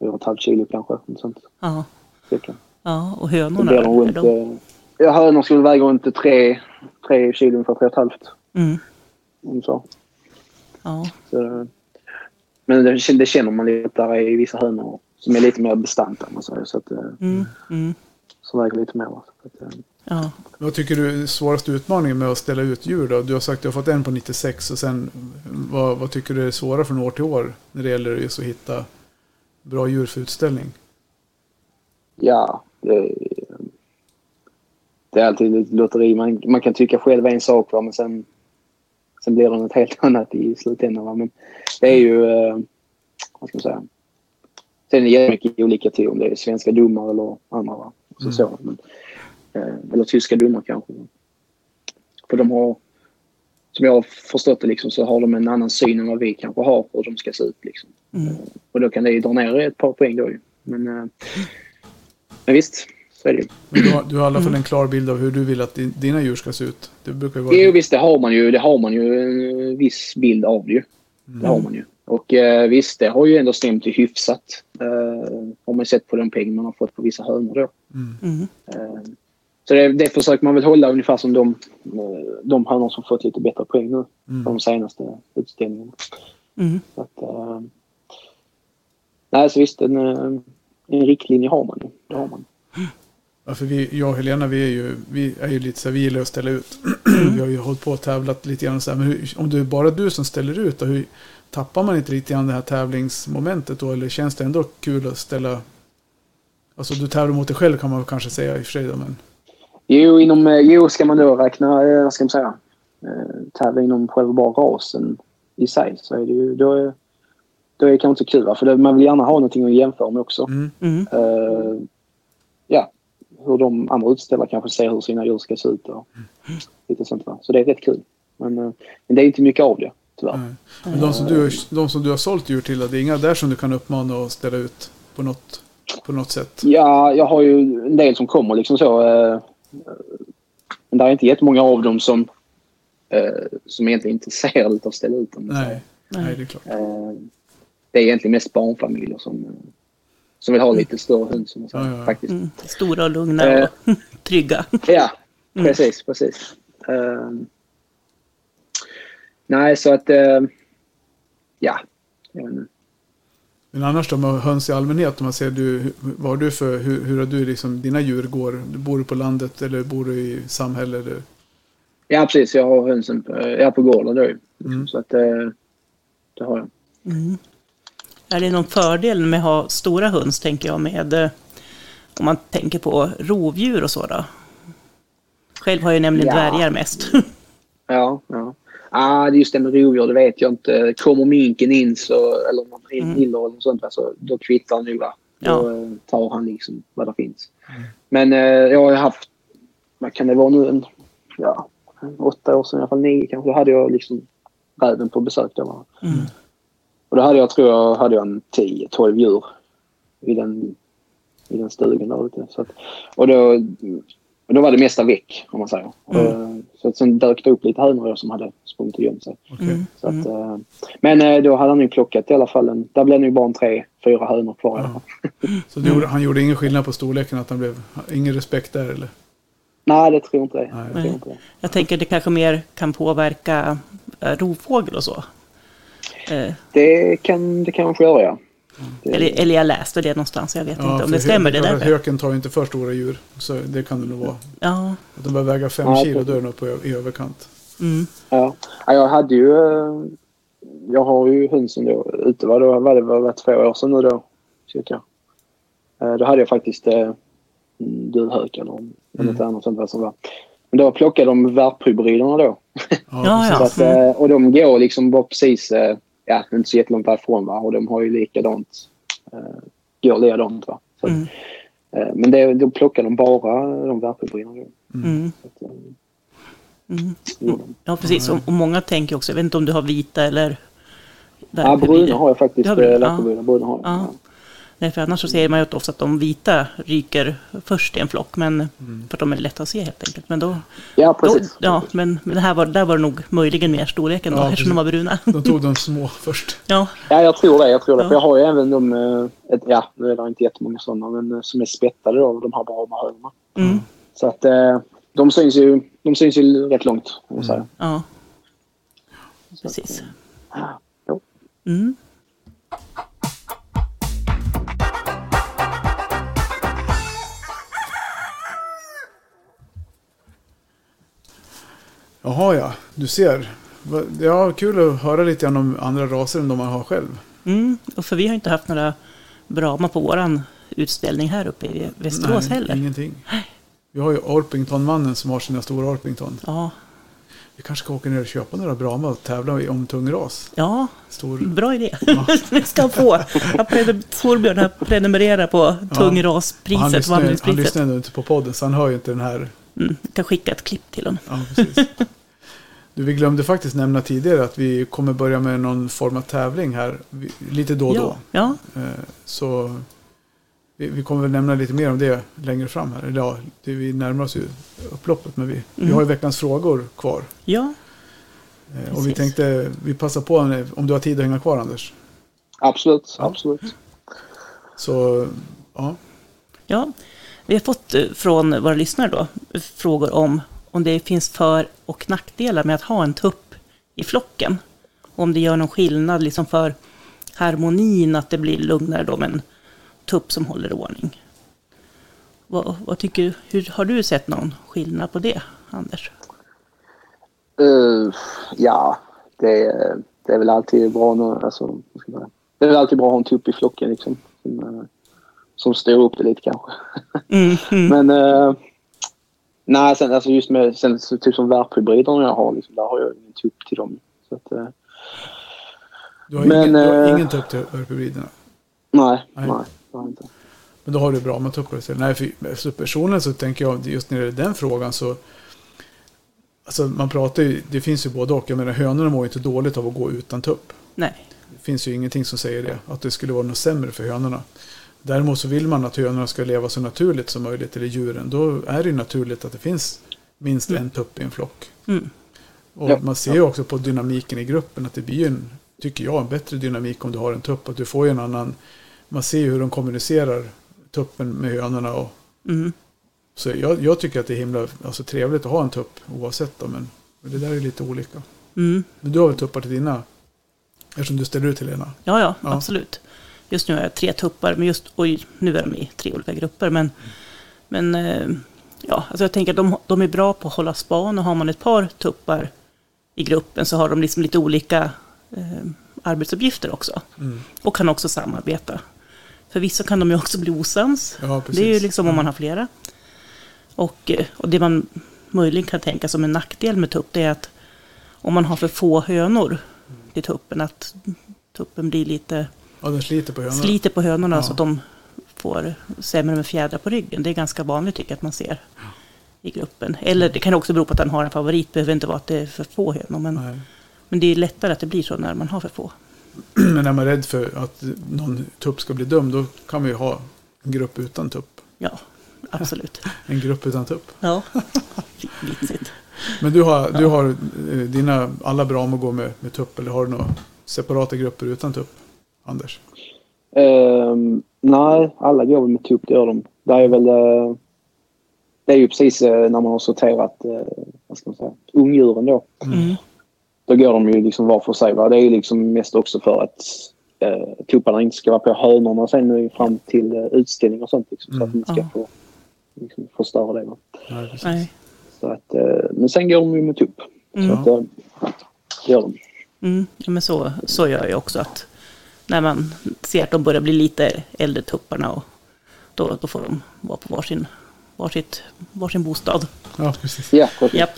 fyra och ett halvt kilo kanske. Något sånt. Ja, Cirka. ja och Då hönorna? blir de är runt... eh, Ja, hönor skulle väga runt tre, tre kilo, ungefär tre och ett halvt. Mm. Om så. Ja. Så, men det, det känner man lite där i vissa hönor som är lite mer bestanta om man säger. Så att, eh, Mm. Mm. som väger lite mer. va. Så att, eh, ja. Vad tycker du är svåraste utmaningen med att ställa ut djur då? Du har sagt att du har fått en på 96 och sen vad, vad tycker du är svårare från år till år när det gäller just att hitta bra djur för utställning? Ja, det, det är alltid ett lotteri. Man, man kan tycka själv en sak, va? men sen, sen blir det något helt annat i slutändan. Va? Men det är ju... Eh, vad ska man säga? Sen är det jättemycket olika till om det är svenska domar eller andra. Va? Så, så, men, eh, eller tyska domar kanske. För de har... Som jag har förstått det liksom, så har de en annan syn än vad vi kanske har på hur de ska se ut. Liksom. Mm. Och då kan det ju dra ner ett par poäng då ju. Men, eh, men visst, så är det ju. Men du, har, du har i alla Mm. fall en klar bild av hur du vill att din, dina djur ska se ut. Det brukar ju vara... Jo visst, det har man ju. Det har man ju en viss bild av det ju. Det har man ju. Och eh, visst, det har ju ändå stämt hyfsat. Eh, om man sett på de pengar man har fått på vissa hönor då. Mm. Eh, så det, det försöker man väl hålla ungefär som de, eh, de hönor som fått lite bättre poäng nu. De senaste utställningarna. Mm. Så att, eh, nej, så visst, en, eh, en riktlinje har man ju. Det har man. Ja, för vi, jag och Helena, vi är ju, vi är ju lite så här, vi gillar att ställa ut. vi har ju hållit på och tävlat lite grann och så här, men hur, om det är bara du som ställer ut, då, hur, tappar man inte lite grann det här tävlingsmomentet då? Eller känns det ändå kul att ställa? Alltså du tävlar mot dig själv kan man väl kanske säga i och för sig då, men Jo, inom, eh, jo, ska man då räkna, eh, vad ska man säga, eh, tävla inom själva bara rasen i sig så är det ju, då är, då är det kanske inte kul. Va? För det, man vill gärna ha någonting att jämföra med också. mm, Mm. Eh, ja, hur de andra utställare kanske ser hur sina djur ska se ut och lite sånt. Va? Så det är rätt kul. Men, eh, men det är inte mycket av det, tyvärr. nej. eh, men de, som du, de som du har sålt djur till, det är inga där som du kan uppmana och ställa ut på något, på något Mm. sätt? Ja, jag har ju en del som kommer liksom så. Eh, eh, men det är inte jättemånga av dem som, eh, som egentligen är intresserade av att ställa ut dem. Nej, Nej. nej, det är klart. Eh, det är egentligen mest barnfamiljer som, eh, som vill ha lite större hund. Som jag sa, Ja, ja, ja. Faktiskt. Mm. Stora och lugna Eh. och trygga. Ja, precis. precis. Eh, nej, så att... eh, ja. Ehm, jag vet inte. Men annars då med höns i allmänhet, om man ser du, hur- vad har du för, hur, hur har du liksom, dina djur går? Bor du på landet eller bor du i samhälle? Eller? Ja, precis. Jag har hönsen på, jag är på gården då. ju. Mm. Så att... eh, det har jag. Är det någon fördel med att ha stora höns, tänker jag, med eh, om man tänker på rovdjur och så då? Själv har jag nämligen Ja. dvärgar mest. Ja, ja. Ah, det är just det med rovdjur, det vet jag inte. Kommer minken in så, eller om man driver Mm. iller eller något sånt, va, så då kvittar det nog. va. Då Ja. eh, tar han liksom vad det finns. Men eh, jag har ju haft, vad kan det vara nu, en, ja, en åtta år sedan, i alla fall nio kanske, då hade jag liksom räven på besök. Då, va. Mm. Och då hade jag, tror jag, hade jag en 10-12 djur i den, i den stugan där ute. Så att, och då, och då var det mesta väck, om man säger. Eh, Så att sen dök det upp lite hönor då som hade sprungit och gömt sig. Okej. Mm. Så att, eh, Men eh, då hade han ju plockat i alla fall. En, där blev det ju bara en tre, fyra hönor kvar. i alla fall. Så du, gjorde- han gjorde ingen skillnad på storleken, att han blev, ingen respekt där eller? Nej, det tror jag inte det. Nej. Jag tror inte det. Jag tänker det kanske mer kan påverka eh, rovfågel och så. Eh, Det kan det kanske göra, ja. Det- Eller, eller jag läste det någonstans, jag vet inte om för det stämmer. hö- Det där. Höken tar ju inte för stora djur, så det kan det nog vara. Ja, Att de börjar väga fem Ja, kilo, precis. då är det nog på, ö- i överkant. mm, Ja. ja, jag hade ju... eh, Jag har ju hönsen då ute. Vad då- vad det var, var två år sedan nu då, cirka. Eh, Då hade jag faktiskt eh, en duvhök eller mm. något annat sånt där som var. Men då plockade de värphybriderna då. Ja, precis. Så att, eh, och de går liksom bara precis, eh, ja, inte så jättelångt därifrån va. Och de har ju likadant, eh, går likadant va. Så, att, Mm. eh, men det, då plockar de bara de värphybriderna då. mm, Så att, eh, mm. mm. Ja, precis. Och, och många tänker också, jag vet inte om du har vita eller... Ja, bruna har jag faktiskt. Du har bruna, ja. eh, Värphybriderna, bruna har jag. Ja. Nej, för annars så ser man ju ofta att de vita ryker först i en flock, men för att de är lätta att se helt enkelt. Men då, Ja, då, precis. ja, men, men det här var, där var det nog möjligen mer storleken då, Ja, eftersom de var bruna. De tog de små först. Ja, Ja, jag tror det. Jag tror det. Ja. För jag har ju även de, eh, ett, ja, nu är det inte jättemånga sådana, men eh, som är spettade då, de här brama hönorna. mm, Så att eh, de syns ju, de syns ju rätt långt, om man säger. ja. Precis. Jo. Mm. Jaha ja, du ser. Va- Ja, kul att höra lite grann om andra raser än de man har själv. Mm. Och för vi har inte haft några Brahma på våran utställning här uppe i Västerås heller. ingenting. Vi har ju Orpingtonmannen som har sina stora Orpington. Ja, Vi kanske ska åka ner och köpa några Brahma och tävla i- om tung ras. ja, Stor. Bra idé. Vi ska få. Jag prenum- Torbjörn har prenumererat på Ja. Han tungraspriset, lyssnar, ju- han vandringspriset. lyssnar ändå inte på podden så han hör ju inte den här. Mm, jag kan skicka ett klipp till honom. Ja, precis. Du, vi glömde faktiskt nämna tidigare att vi kommer börja med någon form av tävling här. vi- Lite då och ja, då. ja, Eh, Så vi, vi kommer väl nämna lite mer om det längre fram här. Eller Ja, Mm. det, vi närmar oss ju upploppet men vi, vi har ju veckans frågor kvar. ja. Eh, Och vi tänkte, vi passar på när- om du har tid att hänga kvar Anders. Absolut, absolut. Så ja, Ja, vi har fått eh, från våra lyssnare då eh, frågor om om det finns för och nackdelar med att ha en tupp i flocken. Om det gör någon skillnad liksom för harmonin att det blir lugnare då med en tupp som håller ordning. Vad, vad tycker du? Hur, har du sett någon skillnad på det, Anders? Eh, ja, det, är- det är väl alltid bra nå- alltså, vad ska man säga? Det är väl alltid bra att ha en tupp i flocken liksom. Som, eh, som styr upp det lite kanske. Mm, mm, Men eh, nej, sen, alltså just med sen, så, typ som värphybriderna jag har, liksom, där har jag ingen tupp till dem. Så att, eh, du har, Men, ingen, du har eh, ingen tupp till örfibriderna. nej, Nej. nej, nej, det har jag inte. Men då har du bra med tuppar istället. Nej, för, för personligen så tänker jag just när det gäller den frågan så Alltså man pratar ju, det finns ju både och. Jag menar hönorna mår ju inte dåligt av att gå utan tupp. nej. Det finns ju ingenting som säger det, att det skulle vara något sämre för hönorna. Däremot så vill man att hönorna ska leva så naturligt som möjligt, eller djuren. Då är det ju naturligt att det finns minst en tupp i en flock. Mm. Och Ja. man ser ju också på dynamiken i gruppen att det blir ju en, tycker jag, en bättre dynamik om du har en tupp. Att du får ju en annan, man ser ju hur de kommunicerar tuppen med hönorna. Och, Mm. så jag, jag tycker att det är himla alltså, trevligt att ha en tupp oavsett. Då, men, men det där är ju lite olika. Mm. Men du har väl tuppar till dina? Eftersom du ställer ut Helena. Ja, ja, Ja. absolut. Just nu har jag tre tuppar, men just, oj, nu är de i tre olika grupper. Men, men eh, ja, alltså jag tänker att de, de är bra på att hålla span och har man ett par tuppar i gruppen så har de liksom lite olika eh, arbetsuppgifter också. Mm. Och kan också samarbeta. För vissa kan de ju också bli osams. Ja, precis. det är ju liksom om man har flera. Och, eh, och det man möjligen kan tänka som en nackdel med tupp det är att om man har för få hönor till tuppen, att tuppen blir lite Ja, den sliter på hönorna. sliter på hönorna Ja. så att de får sämre med fjädrar på ryggen. Det är ganska vanligt tycker jag att man ser i gruppen. Eller det kan också bero på att han har en favorit. Det behöver inte vara att det är för få hönor. Men, Nej. men det är lättare att det blir så när man har för få. Men när man är rädd för att någon tupp ska bli dömd, då kan vi ju ha en grupp utan tupp. Ja, absolut. En grupp utan tupp. Ja, vitsigt. Men du har, du har eh, dina, alla bra om att gå med, med tupp, eller har du några separata grupper utan tupp? Anders? Ehm, nej, alla går väl med tupp, det gör de. Det är väl... eh, det är ju precis eh, när man har sorterat uh, vad ska man säga, ungdjuren då. Mm. Då går de ju liksom var för sig. Va? Det är ju liksom mest också för att uh, tupparna inte ska vara på hönorna sen nu fram till eh, utställning och sånt. Liksom, så att de inte ska Mm. Ja. få liksom, förstöra det. Va? Nej, precis. Nej. Så att, eh, men sen går de ju med tupp. Så Mm. att, eh, det gör de. Mm. Ja, men så, så gör jag också. att När man ser att de börjar bli lite äldre tupparna, och då, då får de vara på varsin, varsitt, varsin bostad. Ja, precis. Ja, precis. Japp.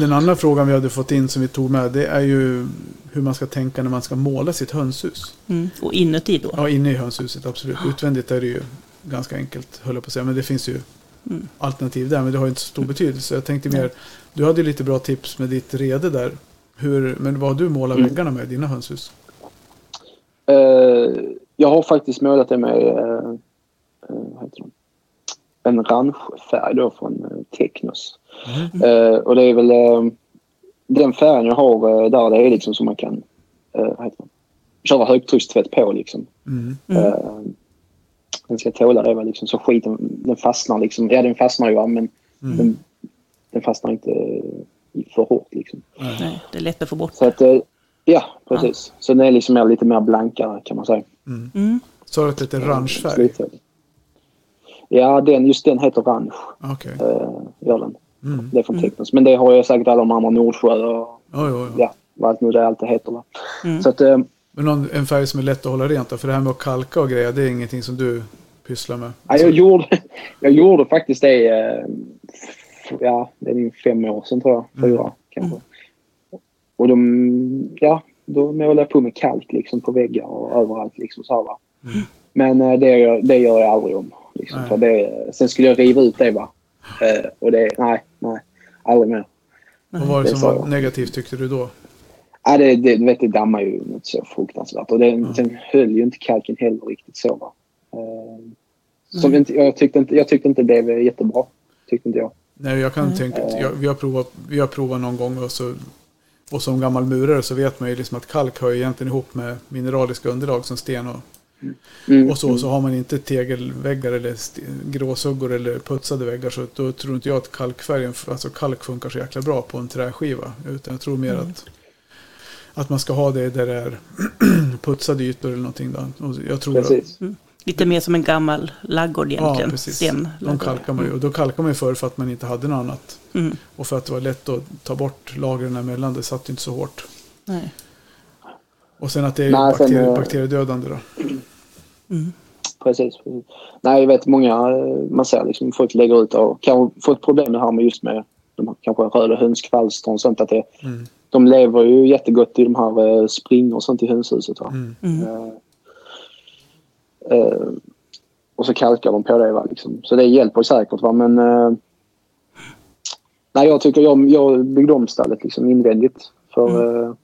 Den andra frågan vi hade fått in som vi tog med, det är ju hur man ska tänka när man ska måla sitt hönshus. Mm. Och inuti då. Ja, inne i hönshuset, absolut. Utvändigt är det ju ganska enkelt, höll jag på att säga. Men det finns ju Mm. alternativ där, men det har ju inte så stor betydelse. Jag tänkte mer, du hade ju lite bra tips med ditt rede där. Hur, men vad har du målat väggarna med i dina hönshus? Eh, jag har faktiskt målat det med eh, eh, vad heter de? en orangefärg då från eh, Technos. Eh, och det är väl eh, den färgen jag har eh, där det är liksom som man kan eh, vad heter de? köra högtryckstvätt på liksom. Mm. Mm. Eh, den ska tåla det va, liksom, så skiten den fastnar liksom. Ja den fastnar ju va, men Mm. den, den fastnar inte eh, för hårt liksom. Nej, det är lätt att få bort. Så att eh, ja precis. Så den är liksom mer, lite mer blankare kan man säga. Mm. Sa du att det är orange färg? Slutfärg. Ja, den, just den heter orange. Ah, Okej. eh, gör den. Mm. Det är från Technos. Men det har jag säkert alla de andra Nordsjö och Ja, ja, ja. ja, vad allt nu det alltid heter. va. Mm. Så att, eh, Men någon, en färg som är lätt att hålla rent då? För det här med att kalka och grejer, det är ingenting som du pysslar med? ja, jag, gjorde, jag gjorde faktiskt det, eh, f- ja, det är nog fem år sedan tror jag. Fyra kanske. Och de, ja, då målade jag på med kalk liksom på väggar och överallt liksom så här, va. Men eh, det, gör- det gör jag aldrig om. Liksom, Nej. för det, sen skulle jag riva ut det va. Eh, och det, nej, nej, aldrig mer. Vad var det det som sa var jag. negativt tyckte du då? Ja, det, det, du vet, det dammar ju något så fruktansvärt. Och den, Mm. den höll ju inte kalken heller riktigt så. Va? Ehm, som inte, jag, tyckte inte, jag tyckte inte det var jättebra. Tyckte inte jag. Mm. Nej, jag kan tänka, jag, vi, har provat, vi har provat någon gång och så Och som gammal murare så vet man ju liksom att kalk hör ju egentligen ihop med mineraliska underlag som sten och, Mm. och så. Så har man inte tegelväggar eller st- gråsuggor eller putsade väggar så då tror inte jag att kalkfärgen, alltså kalk funkar så jäkla bra på en träskiva. Utan jag tror mer Mm. att, att man ska ha det där det är putsade ytor eller någonting. Då. Och jag tror att, Precis. Lite mer som en gammal laggård ja, egentligen. precis. De Stenladugård. kalkar man ju. Och då kalkar man ju förr för att man inte hade något annat. Mm. Och för att det var lätt att ta bort lagren emellan. Det satt ju inte så hårt. Nej. Och sen att det är Nej, sen, bakterier, eh, bakteriedödande då. Precis. Nej, jag vet många eh, man ser liksom folk lägger ut och kanske fått problem med det här med just med de här kanske röda hönskvalster och sånt. Att det, Mm. De lever ju jättegott i de här eh, springor och sånt i hönshuset. va. Mm. Eh, eh, och så kalkar de på det. Va, liksom. Så det hjälper säkert. Va, men eh, nej, jag tycker jag, jag byggde om stallet liksom, invändigt. För, Mm. eh,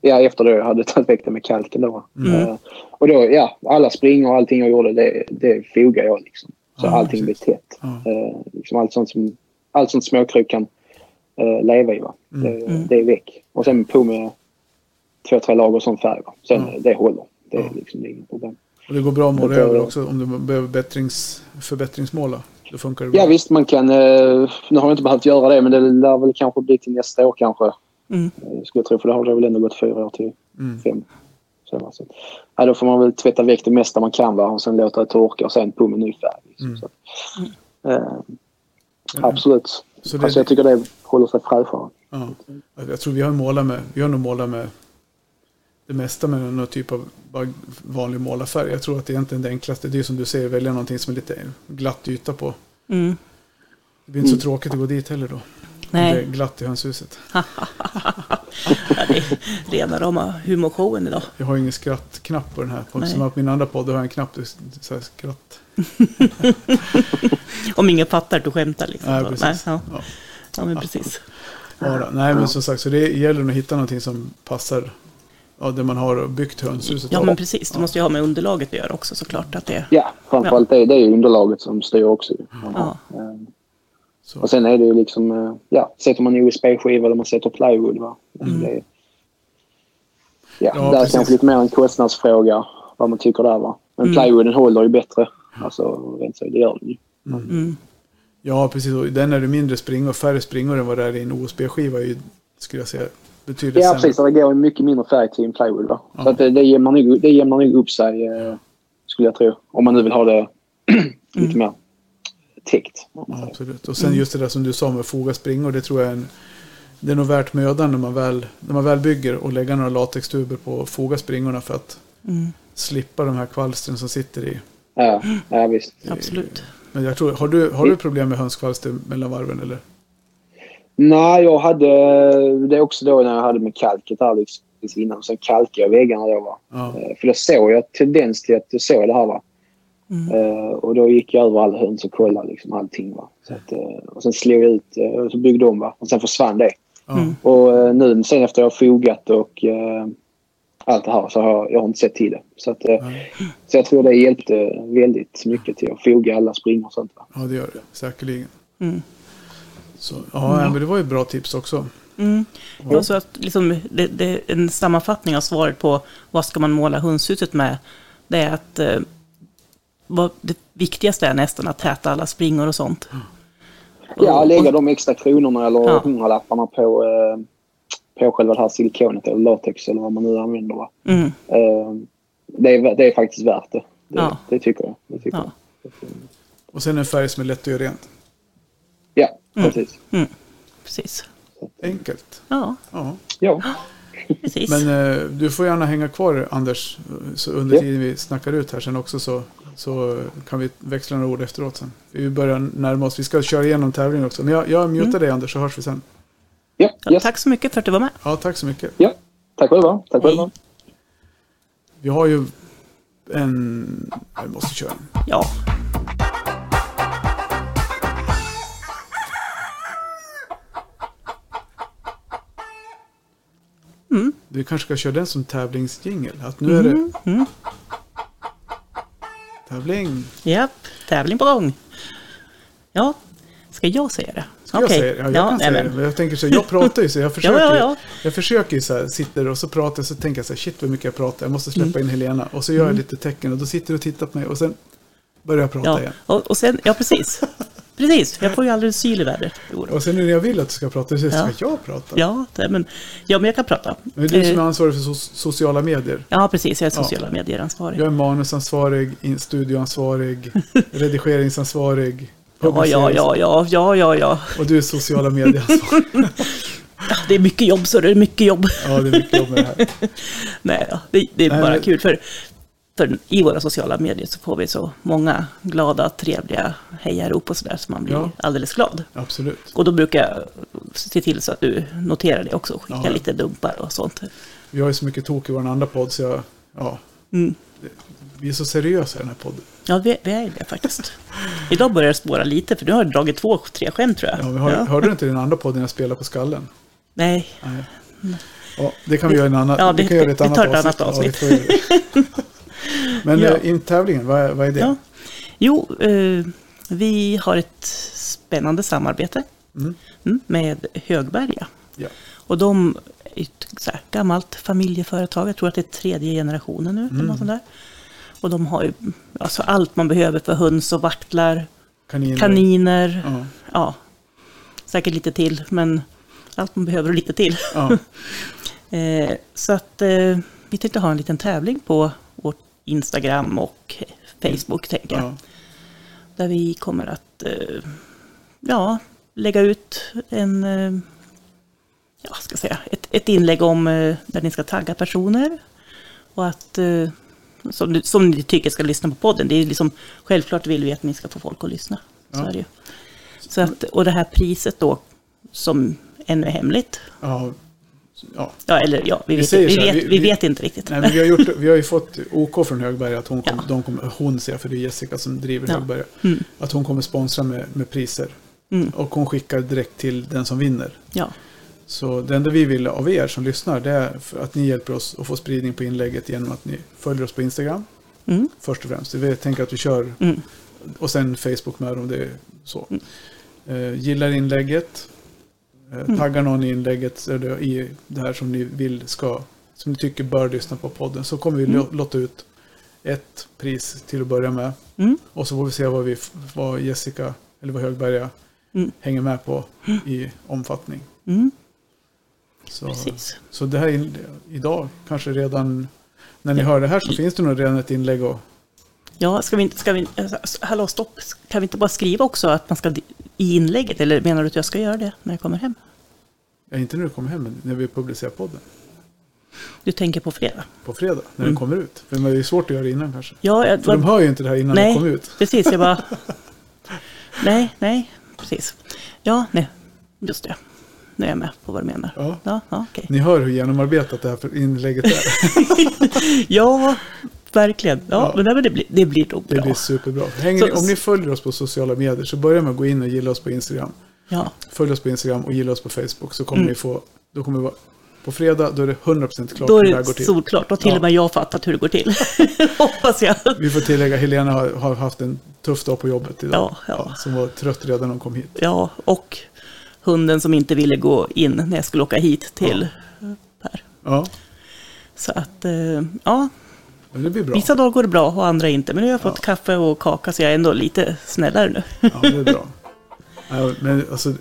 ja, efter det jag hade tagit väck det med kalken. Då, va. Eh, och då, ja, alla springor och allting jag gjorde, det, det fogar jag. Liksom. Så Ja, allting precis. blir tätt. Ja. Eh, liksom allt sånt som, allt sånt småkruk kan eh, leva i. Va? Mm. Det, det är väck. Och sen på med två, tre lager sån färg. Va? Sen Ja. det håller. Det är Ja. liksom inget problem. Och det går bra att måla Det- över också om du behöver bättrings, förbättringsmåla. Då funkar det bra. Ja visst, man kan... Eh, nu har jag inte behövt göra det, men det lär väl kanske bli till nästa år kanske. Mm. Eh, skulle jag tro, för det har det väl ändå gått fyra år till Mm. fem. Så, va, så. Ja, då får man väl tvätta väck det mesta man kan va? och sen låta det torka och sen på med ny färg. Liksom, Mm. så. att, Eh, absolut. Mm. Så alltså, det, jag tycker det håller sig fräschare. ja. Alltså, Jag tror vi har målat med, vi har nog målat med det mesta med någon typ av bara vanlig målarfärg. Jag tror att det är egentligen det enklaste, det är ju som du säger, välja någonting som är lite glatt yta på. Mm. Det blir inte Mm. så tråkigt att gå dit heller då. Om Det är Nej, glatt i hönshuset. ja, det är rena rama humorshowen idag. Jag har ju ingen skrattknapp på den här. På, Nej. som på min andra podd har jag en knapp, det är så här skratt. Om ingen fattar att du skämtar liksom. Nej, Så, precis. ja. Ja. ja, men precis. Ja, då. nej men som sagt, så det gäller att hitta någonting som passar ja, det man har byggt hönshuset Ja, av. men precis. Det måste ju ha med underlaget att göra också såklart. Att det, Ja, framförallt det, det är ju underlaget som styr också. ju. ja. Eh, Så. Och sen är det ju liksom, eh, ja, sätter man USB-skiva eller man sätter plywood va. Det, Mm. ja, Ja, där precis. kanske lite mer en kostnadsfråga vad man tycker där va. Men plywooden håller ju bättre. Alltså rent så, det gör den ju. Ja, precis. Och den är det mindre springor, färre springor än vad det är i en OSB-skiva är ju, skulle jag säga, betydligt Ja sämre. precis, och det går ju mycket mindre färg till en plywood va. Så att det, det, jämnar nog, det jämnar nog upp sig eh, skulle jag tro. Om man nu vill ha det lite mer täckt. om man Ja, säger. absolut. Och sen just det där som du sa med foga springor, det tror jag är en... Det är nog värt mödan när man väl, när man väl bygger och lägga några latextuber på och foga springorna för att Mm. slippa de här kvalstren som sitter i. Ja, ja visst. Absolut. Men jag tror, har du, har du problem med hönskvalster mellan varven eller? Nej, jag hade det är också då när jag hade med kalket här liksom, precis innan. Sen kalkade jag väggarna då. Va? Ja. Eh, För då såg jag tendens till att jag såg det här. Va? Eh, och då gick jag över alla höns och kollade liksom, allting. Va? Så att, eh, och sen slog jag ut eh, och så byggde om. Va? Och sen försvann det. Ja. Och eh, nu sen efter jag har fogat och eh, allt det här så har jag, jag har inte sett till det. Så, att, eh, Nej. så jag tror det hjälpte väldigt mycket till att foga alla springor och sånt. Va? Ja, det gör det. Säkerligen. Mm. Så, ja, nej, men det var ju bra tips också. Mm. Det var så att liksom, det, det är en sammanfattning av svaret på vad ska man måla hönshuset med. Det är att eh, vad, det viktigaste är nästan att täta alla springor och sånt. Mm. Ja, Och- lägga de extra kronorna eller Ja. hundralapparna på, eh, på själva det här silikonet eller latex eller vad man nu använder. Va? Mm, Eh, det, är, det är faktiskt värt det. Det, Ja. det tycker jag. Det tycker ja. Och sen en färg som är lätt att göra rent. jag. Ja, precis. Mm, precis. Enkelt. Ja, Ja. Ja. precis. Men eh, du får gärna hänga kvar Anders. Så under Ja. tiden vi snackar ut här sen också så, så kan vi växla några ord efteråt sen. Vi börjar närma oss. Vi ska köra igenom tävlingen också. Men jag, jag mutar dig Anders så hörs vi sen. Ja, Ja, yes. Tack så mycket för att du var med. Ja, tack så mycket. ja. Tack själva. Tack Hej. själva. Vi har ju en... Jag måste köra. Ja, Du kanske ska köra den som tävlingsjingel. Att nu är det... Mm-hmm. Tävling. japp. tävling på gång. Ja, ska jag säga det? Jag Okej. säger, ja, jag Ja, kan säga det, amen. men jag tänker så här, jag pratar ju så, jag försöker, ja, ja. Jag försöker ju så här, sitter och så pratar jag, så tänker jag så här, shit vad mycket jag pratar, jag måste Mm. släppa in Helena. Och så gör jag lite tecken och då sitter du och tittar på mig och sen börjar jag prata Ja, igen. och, och sen, ja precis. Precis, jag får ju aldrig syl i vädret. Jo då. Och sen när jag vill att du ska prata, så ska Ja. jag prata. Ja, det, men, ja, men jag kan prata. Men det är du som är Eh, ansvarig för so sociala medier. Ja, precis. Jag är Ja. sociala medieransvarig. Jag är manusansvarig, in- studioansvarig, redigeringsansvarig. Ja, ja, ja, ja, ja, ja, ja. Och du är sociala medieansvarig. Det är mycket jobb, så det är mycket jobb. Ja, det är mycket jobb med det här. Nej, ja, det, det är Nej, bara men- kul. För, för i våra sociala medier så får vi så många glada, trevliga hejarop och sådär, så man blir Ja. alldeles glad. Absolut. Och då brukar jag se till så att du noterar det också, skicka Ja. lite dumpar och sånt. Vi har ju så mycket tok i vår andra podd så jag, ja. Mm. Det- Vi är så seriösa i den här podden. Ja, vi, vi är ju det faktiskt. Idag börjar det spåra lite, för du har dragit två, tre skämt tror jag. Ja, vi har, Ja. Hörde du inte den andra podden jag spelade på skallen? Nej, Nej. Ja, det kan vi göra i en annan. Ja, vi det- kan göra ett vi annat tar avsnitt. ett annat Ja, det får vi göra. Men Ja. eh, in tävlingen, vad är, vad är det? Ja. Jo, eh, vi har ett spännande samarbete Mm, med Högberga. Ja. Och de är ett så här gammalt familjeföretag, jag tror att det är tredje generationen nu. Mm. eller Något sånt där. Och de har ju alltså allt man behöver för höns och vaktlar, Kaniner. kaniner, Ja. ja, säkert lite till, men allt man behöver och lite till. Ja. Eh, så att eh, vi tänkte ha en liten tävling på vårt Instagram och Facebook, tänker jag. Ja. Där vi kommer att eh, ja, lägga ut en, eh, ja, ska jag säga, ett, ett inlägg om eh, där ni ska tagga personer. Och att, eh, som, ni- som ni tycker ska lyssna på podden. Det är liksom, självklart vill vi att ni ska få folk att lyssna. Så Ja. är det ju. Så att, och det här priset då, som ännu är hemligt. Ja. ja. Ja, eller ja, vi, Vi vet, säger vi, så här, vet, vi- vi vi- vet inte riktigt. Nej, men vi, har gjort, vi har ju fått OK från Högberga, att hon, kom, Ja. de kom, hon ser jag, för det är Jessica som driver Ja. Högberga, att hon kommer sponsra med, med priser. Mm. Och hon skickar direkt till den som vinner. Ja, Så det enda vi vill av er som lyssnar det är för att ni hjälper oss att få spridning på inlägget genom att ni följer oss på Instagram. Mm. Först och främst. Vi tänker att vi kör Mm. och sen Facebook med om det är så. Eh, gillar inlägget. Eh, Mm. taggar någon i inlägget eller i det här som ni vill ska som ni tycker bör lyssna på podden så kommer vi Mm. lo- lotta ut ett pris till att börja med. Mm. Och så får vi se vad, vi, f- vad Jessica eller vad Högberga Mm. hänger med på i omfattning. mm, Så, precis. så det här in, idag, kanske redan när ni hör det här så finns det nog redan ett inlägg och Ja, ska vi inte, ska vi, alltså, hallå stopp, kan vi inte bara skriva också att man ska di- i inlägget, eller menar du att jag ska göra det när jag kommer hem? ja, inte när du kommer hem, men när vi publicerar podden Du tänker på fredag? på fredag, när Mm. den kommer ut. För det är ju svårt att göra det innan kanske. Ja, jag, För de hör ju inte det här innan nej, det kommer ut. precis, jag bara... nej, nej, precis. Ja, nej, just det. Nu är jag med på vad du menar. Ja. ja, ja okej. Ni hör hur genomarbetat det här för- inlägget är. Ja, verkligen. Ja, Ja. Men nej, men det blir, det blir nog Det bra. blir superbra. Hänger Så- ni, om ni följer oss på sociala medier så börja med att gå in och gilla oss på Instagram. Ja, Följ oss på Instagram och gilla oss på Facebook så Mm. kommer ni få, då kommer vi vara, på fredag då är det 100% klart då hur är det här går det till. solklart. Då har till Ja. och med jag fattat hur det går till. Hoppas jag. Vi får tillägga, Helena har, har haft en tuff dag på jobbet idag. Ja, ja. som var trött redan när hon kom hit. Ja, och hunden som inte ville gå in när jag skulle åka hit till Per. Ja, Så att, eh, ja, men det blir bra. vissa dagar går det bra och andra inte. Men nu har jag fått kaffe och kaka så jag är ändå lite snällare nu. Ja, det är bra. Ja, Men alltså,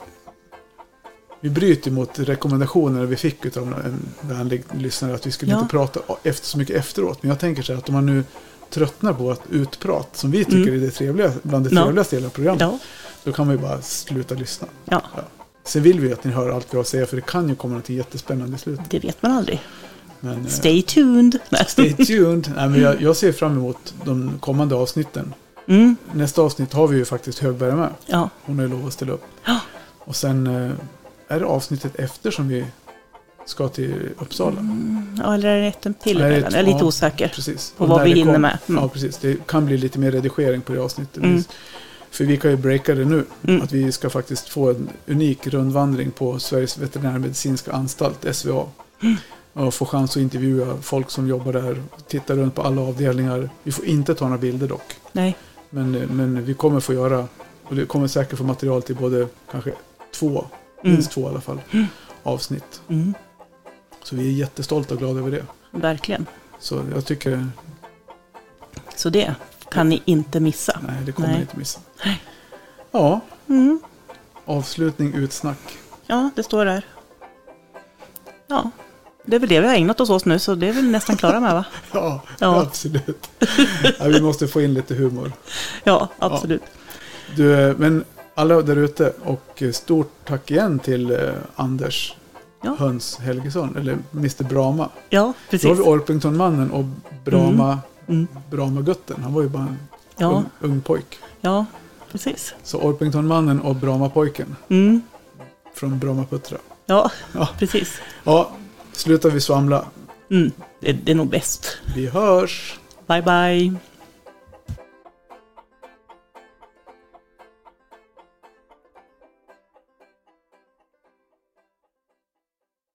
vi bryter ju mot rekommendationerna vi fick av en vänlig lyssnare att vi skulle Ja. inte prata efter så mycket efteråt. Men jag tänker så här att om man nu tröttnar på att utprat, som vi tycker är det trevliga, bland det Mm. Ja. trevligaste i hela programmet, Ja, då kan man ju bara sluta lyssna. ja, Ja. Sen vill vi ju att ni hör allt vi har att säga, för det kan ju komma något jättespännande i slutet. det vet man aldrig. Men, eh, Stay tuned. Nej. Stay tuned. Nej, men jag, jag ser fram emot de kommande avsnitten. Mm, Nästa avsnitt har vi ju faktiskt Högberg med. ja, Hon har ju lovat att ställa upp. Ja. Och sen eh, är det avsnittet efter som vi ska till Uppsala. ja, eller är det ett en till Nej, det är emellan? Jag är lite två. osäker. Precis. På Och vad när vi det hinner med. Mm. Ja, precis. Det kan bli lite mer redigering på det avsnittet. För vi kan ju breaka det nu. Mm. Att vi ska faktiskt få en unik rundvandring på Sveriges veterinärmedicinska anstalt, SVA. Mm. Och få chans att intervjua folk som jobbar där. Titta runt på alla avdelningar. Vi får inte ta några bilder dock. Nej, Men, men vi kommer få göra, och det kommer säkert få material till både kanske två, minst två i alla fall, avsnitt. Mm. Så vi är jättestolta och glada över det. Verkligen. Så jag tycker, Så det kan ni inte missa. nej det kommer ni inte missa. Nej. Ja, Mm. avslutning, utsnack. Ja, det står där. Ja, det är väl det vi har ägnat oss åt nu, så det är vi nästan klara med va? Ja, Ja. absolut. ja, vi måste få in lite humor. Ja, absolut. Du, eh, men alla där ute och eh, stort tack igen till eh, Anders Ja. Höns Helgesson, eller Mr Brama. Ja, Då har precis. vi Orpingtonmannen och Brama, Mm. Bramagutten. Han var ju bara en Ja, ung, ung pojk. ja precis. Så Orpingtonmannen och Bramapojken Mm. från Bramaputra. Ja, Ja. precis. Ja, slutar vi svamla. Mm. Det, det är nog bäst. Vi hörs! Bye, bye.